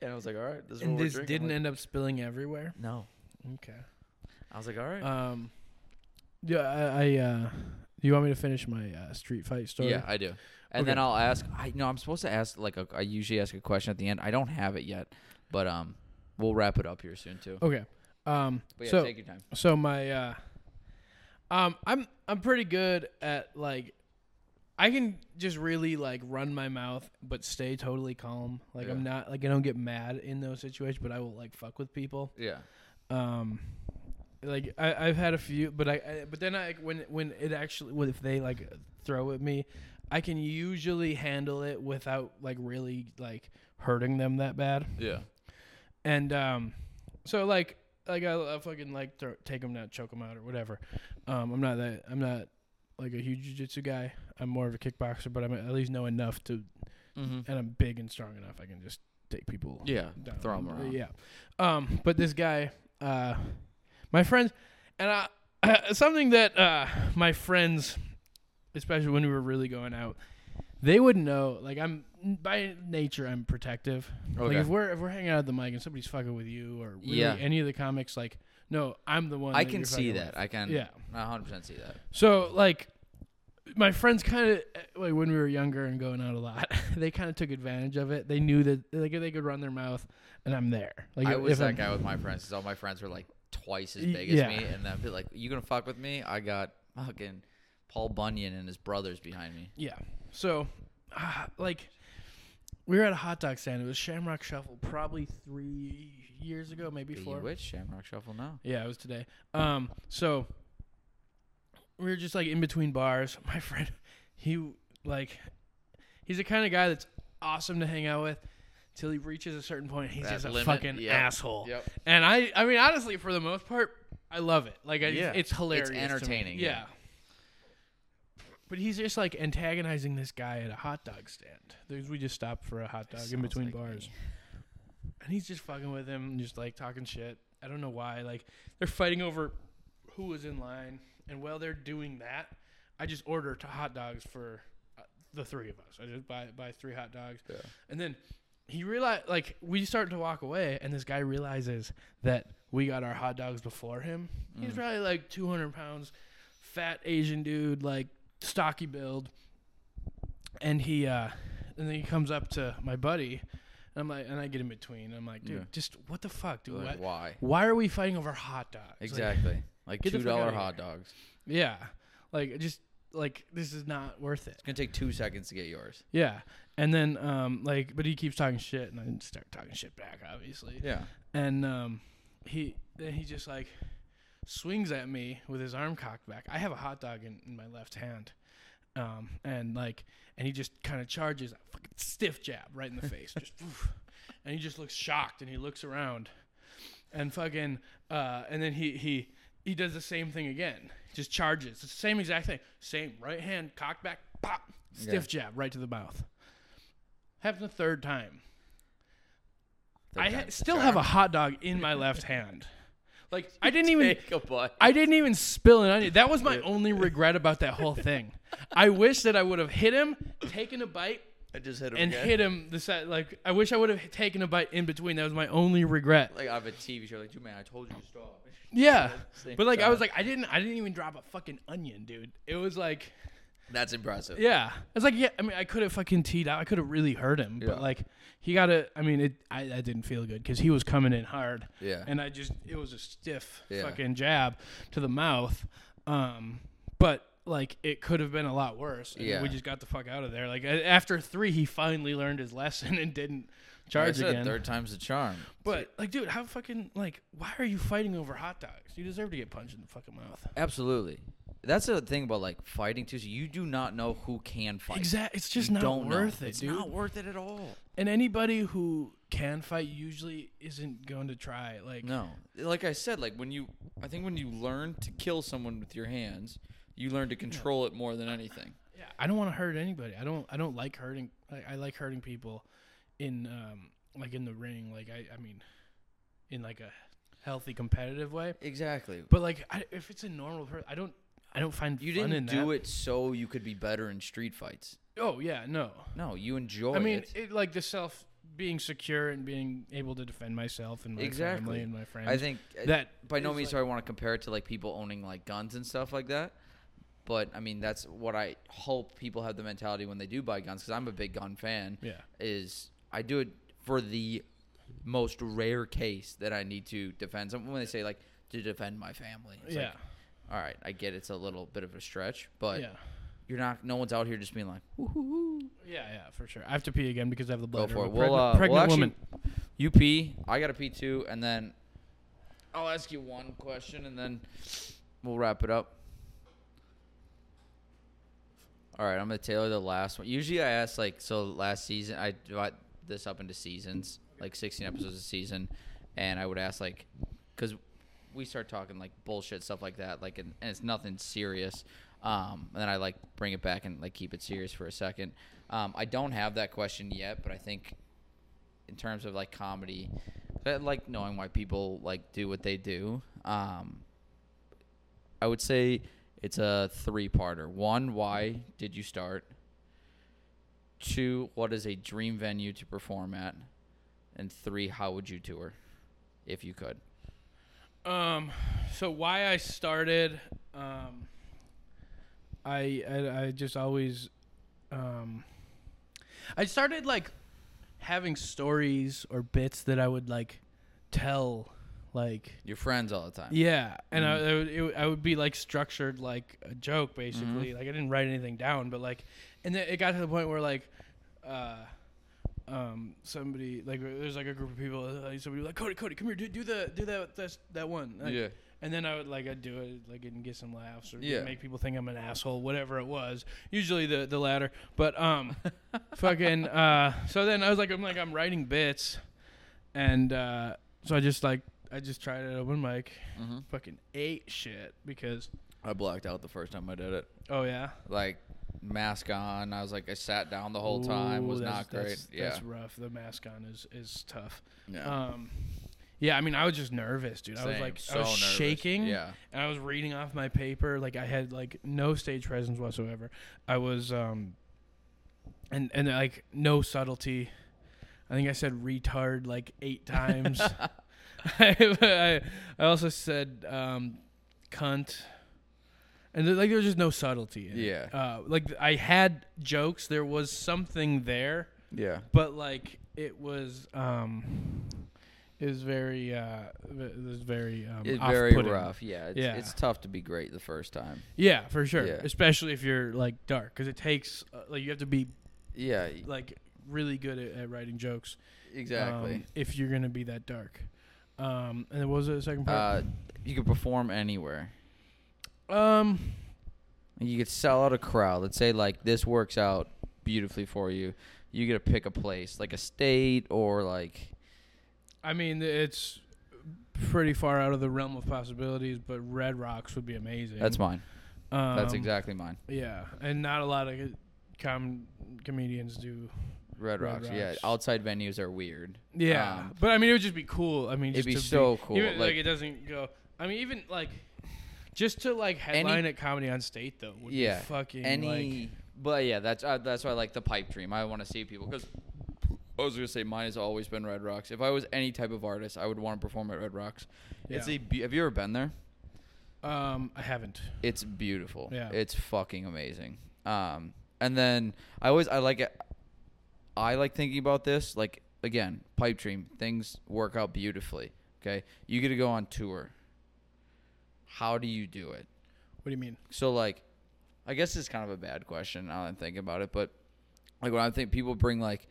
A: and I was like, all right, this is
B: And
A: what
B: this
A: we're
B: didn't
A: drinking.
B: end up spilling everywhere.
A: Like, no,
B: Okay.
A: I was like, all right,
B: Um. Yeah, I. I uh, you want me to finish my uh, street fight story?
A: yeah, I do. And then
B: Okay.
A: I'll ask. I no, I'm supposed to ask like a, I usually ask a question at the end. I don't have it yet, but um, we'll wrap it up here soon too.
B: Okay. Um.
A: But yeah,
B: so
A: take your time.
B: so my uh, um, I'm I'm pretty good at like. I can just really like run my mouth, but stay totally calm. Like I'm
A: Yeah.
B: not like I don't get mad in those situations, but I will like fuck with people.
A: Yeah,
B: um like I, I've had a few, but I, I but then I when when it actually when if they like throw at me, I can usually handle it without like really like hurting them that bad.
A: yeah,
B: And um, so like like I, I fucking like throw, take them out, choke them out, or whatever. Um, I'm not that I'm not like a huge jiu-jitsu guy. I'm more of a kickboxer, but I'm at least know enough to,
A: mm-hmm.
B: and I'm big and strong enough. I can just take people
A: yeah.
B: down.
A: Throw 'em around.
B: Yeah. Um, but this guy, uh, my friends, and I, something that uh, my friends, especially when we were really going out, they would know. Like I'm by nature, I'm protective. Like
A: Okay.
B: if we're if we're hanging out at the mic and somebody's fucking with you or really
A: Yeah.
B: any of the comics, like no, I'm the one.
A: I
B: that
A: can
B: you're
A: see
B: fucking
A: that.
B: with.
A: I can.
B: Yeah.
A: I 100% see that.
B: So like my friends kind of like when we were younger and going out a lot, they kind of took advantage of it. They knew that like they could run their mouth and I'm there. Like
A: I was
B: if
A: that
B: I'm-
A: guy with my friends because all my friends were like twice as
B: Y-
A: big as
B: yeah.
A: me, and I'd be like, "You gonna fuck with me? I got fucking Paul Bunyan and his brothers behind me."
B: Yeah. So ah, like we were at a hot dog stand. It was Shamrock Shuffle probably 3 years ago, maybe 4.
A: Which Shamrock Shuffle now?
B: Yeah, it was today. Um, so we were just like in between bars. My friend, he like, he's the kind of guy that's awesome to hang out with, till he reaches a certain point. He's
A: That
B: just a
A: limit,
B: fucking
A: yep,
B: asshole.
A: yep.
B: And I, I mean, honestly, for the most part, I love it. Like, I,
A: Yeah.
B: it's hilarious.
A: It's
B: to me.
A: entertaining,
B: Yeah.
A: yeah.
B: But he's just like antagonizing this guy at a hot dog stand. There's, we just stopped for a hot dog in
A: Sounds
B: between
A: like
B: bars.
A: me.
B: And he's just fucking with him, and just like talking shit. I don't know why. Like they're fighting over who was in line, and while they're doing that, I just order t- hot dogs for uh, the three of us. I just buy buy three hot dogs,
A: Yeah.
B: and then he realized like we start to walk away, and this guy realizes that we got our hot dogs before him. He's probably like 200 pounds, fat Asian dude, like stocky build, and he uh, and then he comes up to my buddy. And I'm like, and I get in between. I'm like, dude,
A: Yeah.
B: just what the fuck, dude?
A: Like,
B: What-
A: why?
B: why are we fighting over hot dogs? Like,
A: Exactly. Like
B: get the
A: two
B: fuck outta
A: dollar
B: here.
A: hot dogs.
B: yeah. Like just like this is not worth it.
A: It's gonna take two seconds to get yours.
B: Yeah. And then um like but he keeps talking shit and I start talking shit back obviously.
A: Yeah.
B: And um he then he just like swings at me with his arm cocked back. I have a hot dog in, in my left hand. Um and like and he just kind of charges a fucking stiff jab right in the face. Just oof. and he just looks shocked and he looks around. And fucking uh and then he he he does the same thing again. Just charges. It's the same exact thing. Same right hand cocked back pop stiff jab right to the mouth. Happened the third time.
A: Third
B: I ha-
A: time's the
B: still have a
A: charm.
B: hot dog in my left hand. Like I didn't even
A: Take a bite.
B: I didn't even spill an onion. That was my only regret about that whole thing. I wish that I would have hit him, taken a bite,
A: I just hit him
B: and
A: again.
B: hit him. The set like I wish I would have taken a bite in between. That was my only regret.
A: Like I have a TV show. Like, dude, man, I told you to stop.
B: Yeah,
A: Same
B: but like I was
A: time.
B: like I didn't I didn't even drop a fucking onion, dude. It was like
A: That's impressive.
B: yeah, it's like yeah. I mean I could have fucking teed out. I could have really hurt him,
A: Yeah.
B: but like he got to I mean it I, I didn't feel good because he was coming in hard.
A: Yeah.
B: and I just it was a stiff
A: Yeah.
B: fucking jab to the mouth. Um, but like it could have been a lot worse. and
A: Yeah.
B: we just got the fuck out of there. Like a- after three, he finally learned his lesson and didn't
A: Like I
B: charge
A: said,
B: again.
A: third time's the charm.
B: But like, dude, how fucking like why are you fighting over hot dogs? You deserve to get punched in the fucking mouth.
A: Absolutely. That's the thing about like fighting too. So you do not know who can fight.
B: Exactly, it's just
A: You
B: not
A: don't know.
B: worth it,
A: It's
B: dude.
A: not worth it at all.
B: And anybody who can fight usually isn't going to try. Like,
A: No. Like I said, like when you, I think when you learn to kill someone with your hands, you learn to control it more than anything.
B: Yeah, I don't want to hurt anybody. I don't. I don't like hurting. I, I like hurting people, in um, like in the ring. Like I, I mean, in like a healthy competitive way.
A: Exactly.
B: But like, I, if it's a normal person, I don't. I don't find
A: You
B: fun
A: didn't
B: in
A: do
B: that.
A: it so you could be better in street fights.
B: Oh yeah, no.
A: No, you enjoy.
B: I mean,
A: it.
B: it, like the self being secure and being able to defend myself and my
A: Exactly.
B: family and my friends.
A: I think that
B: that
A: by no
B: is,
A: means
B: like-
A: do I want to compare it to like people owning like guns and stuff like that. But I mean, that's what I hope people have the mentality when they do buy guns because I'm a big gun fan.
B: Yeah.
A: is I do it for the most rare case that I need to defend. Some when they say like to defend my family. It's
B: yeah,
A: Like, all right, I get it's a little bit of a stretch, but
B: yeah,
A: you're not. No one's out here just being like,
B: yeah, yeah, for sure. I have to pee again because I have the
A: go
B: bladder.
A: for
B: of
A: it.
B: a
A: We'll,
B: pregnant-
A: uh,
B: pregnant
A: we'll actually,
B: woman.
A: You pee. I gotta pee too, and then I'll ask you one question, and then we'll wrap it up. All right, I'm gonna tailor the last one. Usually, I ask like so. Last season, I divide this up into seasons, like 16 episodes a season, and I would ask like, because we start talking like bullshit stuff like that, like and, and it's nothing serious. Um, and then I like bring it back and like keep it serious for a second. Um, I don't have that question yet, but I think in terms of like comedy, I like knowing why people like do what they do. Um, I would say it's a three-parter. One, why did you start? Two, what is a dream venue to perform at? And three, how would you tour if you could?
B: Um, so why I started, um, I, I I just always, um, I started like having stories or bits that I would like tell, like
A: Your friends all the time. Mm.
B: yeah, and I, I would it, would- I would be like structured like a joke basically.
A: Mm-hmm.
B: Like I didn't write anything down, but like, and then it got to the point where like, uh, um, somebody like there's like a group of people. Uh, somebody was like Cody, Cody, come here, do do the do that that's, that one. Like,
A: Yeah.
B: And then I would like I'd do it like and get some laughs or
A: Yeah.
B: make people think I'm an asshole, whatever it was. Usually the the latter, but um, fucking. Uh, so then I was like I'm like I'm writing bits, and uh, so I just like I just tried it at open mic
A: Mhm.
B: fucking ate shit because
A: I blacked out the first time I did it.
B: oh yeah
A: Like mask on. I was like I sat down the whole time.
B: Ooh,
A: Was
B: that's-
A: not great.
B: that's,
A: yeah.
B: that's rough the mask on is is tough
A: yeah.
B: um Yeah, I mean, I was just nervous, dude. I was
A: Same.
B: like,
A: So
B: I was
A: nervous.
B: shaking.
A: Yeah.
B: and I was reading off my paper. Like I had like no stage presence whatsoever. I was um, and and like no subtlety. I think I said retard like eight times. I, I also said um, cunt, and there- like there was just no subtlety. In it.
A: Yeah.
B: Uh, like I had jokes. There was something there
A: Yeah.
B: but like it was um it was very uh it was very um
A: It's very
B: off-putting.
A: rough. Yeah it's,
B: Yeah.
A: it's tough to be great the first time.
B: yeah for sure
A: Yeah.
B: especially if you're like dark because it takes uh, like you have to be
A: Yeah, e-, y-
B: like really good at, at writing jokes
A: exactly.
B: um, if you're gonna be that dark um and what was the second
A: uh,
B: part
A: you could perform anywhere.
B: um
A: You could sell out a crowd. Let's say like this works out beautifully for you. You get to pick a place, like a state or like
B: i mean it's pretty far out of the realm of possibilities but red rocks would be amazing
A: that's mine.
B: um,
A: That's exactly mine.
B: yeah and not a lot of uh, com- comedians do
A: Red
B: Red
A: Rocks. Yeah,
B: Rocks.
A: outside venues are weird.
B: Yeah,
A: Um,
B: but I mean, it would just be cool. I mean,
A: It'd
B: just
A: be
B: to
A: so cool,
B: Even, like,
A: like-
B: it doesn't go. I mean, even like just to like headline at comedy on state though would
A: yeah.
B: be fucking
A: any.
B: like
A: but yeah, that's uh, that's why I like the pipe dream. I want to see people because I was gonna say mine has always been Red Rocks. If I was any type of artist, I would want to perform at Red Rocks. It's
B: Yeah.
A: a. Be- have you ever been there?
B: um I haven't.
A: It's beautiful.
B: Yeah.
A: It's fucking amazing. Um, and then I always I like it. I like thinking about this. Like again, pipe dream things work out beautifully. Okay, you get to go on tour. How do you do it?
B: What do you mean?
A: So like, I guess it's kind of a bad question now that I'm thinking about it, but like when I think people bring like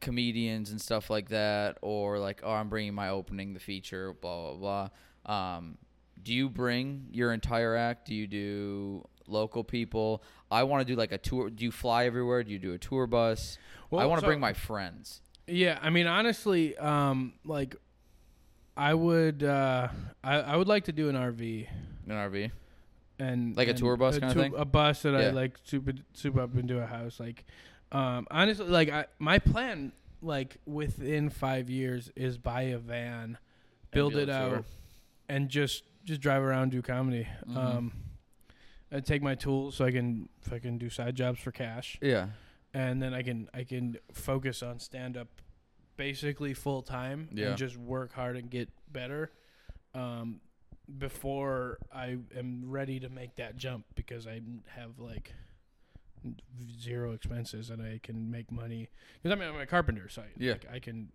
A: comedians and stuff like that, or like oh I'm bringing my opening, the feature, blah blah blah. Um, do you bring your entire act? Do you do local people? I want to do like a tour. Do you fly everywhere? Do you do a tour bus? I
B: Well,
A: want to
B: so-
A: bring my friends.
B: Yeah, I mean, honestly, um, like I would uh I I would like to do an RV
A: An RV.
B: and
A: Like a
B: and
A: tour bus
B: a
A: kinda
B: tou-
A: thing?
B: A bus that
A: Yeah.
B: I like soup it- soup up into a house. Like, um, honestly, like I my plan like within five years is buy a van, build
A: do
B: it
A: a
B: out,
A: tour. Mm-hmm.
B: and just just drive around do comedy. Um, I take my tools so I can fucking do side jobs for cash,
A: Yeah.
B: and then I can I can focus on stand up basically full time
A: Yeah.
B: and just work hard and get better. Um, before I am ready to make that jump because I have like zero expenses and I can make money. Because I mean, I'm a carpenter, so I,
A: Yeah.
B: like, I can,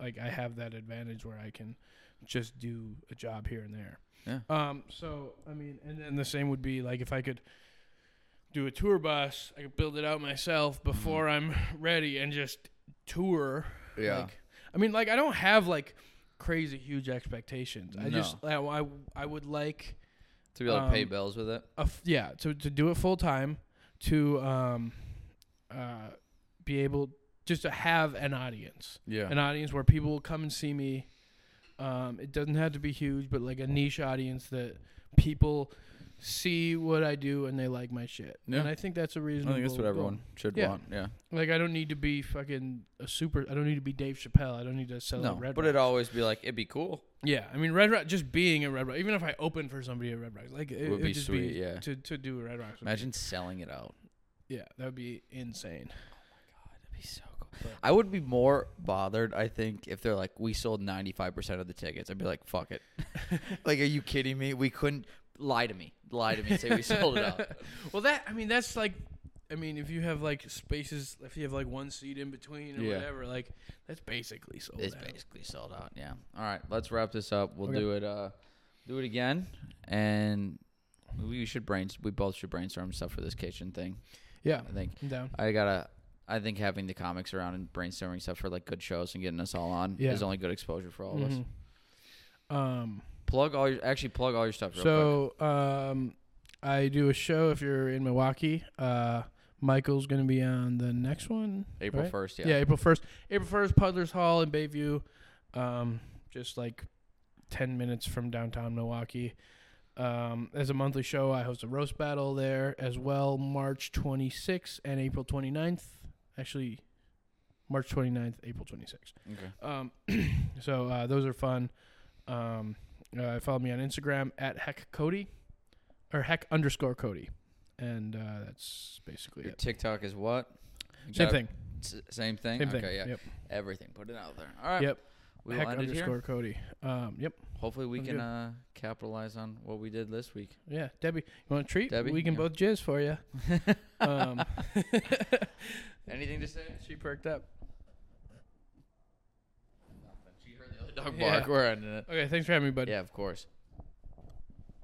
B: like, I have that advantage where I can just do a job here and there.
A: Yeah.
B: Um. So I mean, and then the same would be like if I could do a tour bus, I could build it out myself before I'm ready and just tour.
A: Yeah.
B: Like, I mean, like I don't have like crazy huge expectations. I just I, I, I would like
A: To be able to pay
B: um,
A: bills with it.
B: a f- yeah to to do it full time to um uh be able just to have an audience
A: Yeah.
B: an audience where people will come and see me. Um, it doesn't have to be huge, but like a niche audience that people see what I do and they like my shit.
A: Yeah.
B: And I think that's a reasonable. goal.
A: should
B: Yeah.
A: want. Yeah.
B: Like I don't need to be fucking a super. I don't need to be Dave Chappelle. I don't need to sell
A: No,
B: out Red.
A: but
B: Rocks.
A: it'd always be like it'd be cool.
B: Yeah, I mean Red Rock. Just being a Red Rock, even if I open for somebody at Red Rock, like it
A: Would
B: it'd
A: be
B: just
A: sweet,
B: Be
A: yeah.
B: To to do a Red Rock.
A: Imagine selling it out.
B: Yeah, that would be insane.
A: That'd be so cool.
B: But-
A: I would be more bothered, I think, if they're like, we sold 95% of the tickets. I'd be like, fuck it. like, are you kidding me? We couldn't lie to me. Lie to me. Say we sold it out.
B: Well, that I mean, that's like, I mean, if you have like spaces, if you have like one seat in between or
A: Yeah.
B: whatever, like that's basically sold
A: It's
B: out.
A: basically sold out. Yeah. All right. Let's wrap this up. We'll
B: Okay.
A: do it. Uh, do it again. And we should brain. We both should brainstorm stuff for this kitchen thing.
B: Yeah,
A: I think
B: I'm down.
A: I gotta. I think having the comics around and brainstorming stuff for like good shows and getting us all on
B: Yeah.
A: is only good exposure for all of us.
B: Mhm. Um.
A: Plug all your actually plug all your stuff. Real quick.
B: So, um, I do a show if you're in Milwaukee. Uh, Michael's gonna be on the next one.
A: April
B: right?
A: first.
B: Yeah, April first. April first, Puddlers Hall in Bayview, um, just like ten minutes from downtown Milwaukee. Um, as a monthly show, I host a roast battle there as well. March 26th and April 29th. Actually, March 29th, April 26th.
A: Okay.
B: Um, so uh, those are fun. Um, uh, follow me on Instagram at heck Cody, or heck underscore Cody, and uh, that's basically
A: Your
B: it.
A: TikTok is what? You
B: Same
A: got
B: thing.
A: s- same thing.
B: Same
A: okay,
B: thing.
A: yeah.
B: Yep.
A: Everything. Put it out there. All right.
B: Yep.
A: We will
B: heck
A: end it
B: underscore
A: here.
B: Cody. Um, yep.
A: Hopefully we
B: Sounds
A: can
B: good.
A: uh, capitalize on what we did this week.
B: Yeah, Debbie, you want a treat?
A: Debbie,
B: we can
A: yeah.
B: both jizz for you. um,
A: Anything to say?
B: she perked up.
A: She heard the other dog
B: Yeah.
A: bark. We're ending it.
B: Okay, thanks for having me, buddy.
A: Yeah, of course.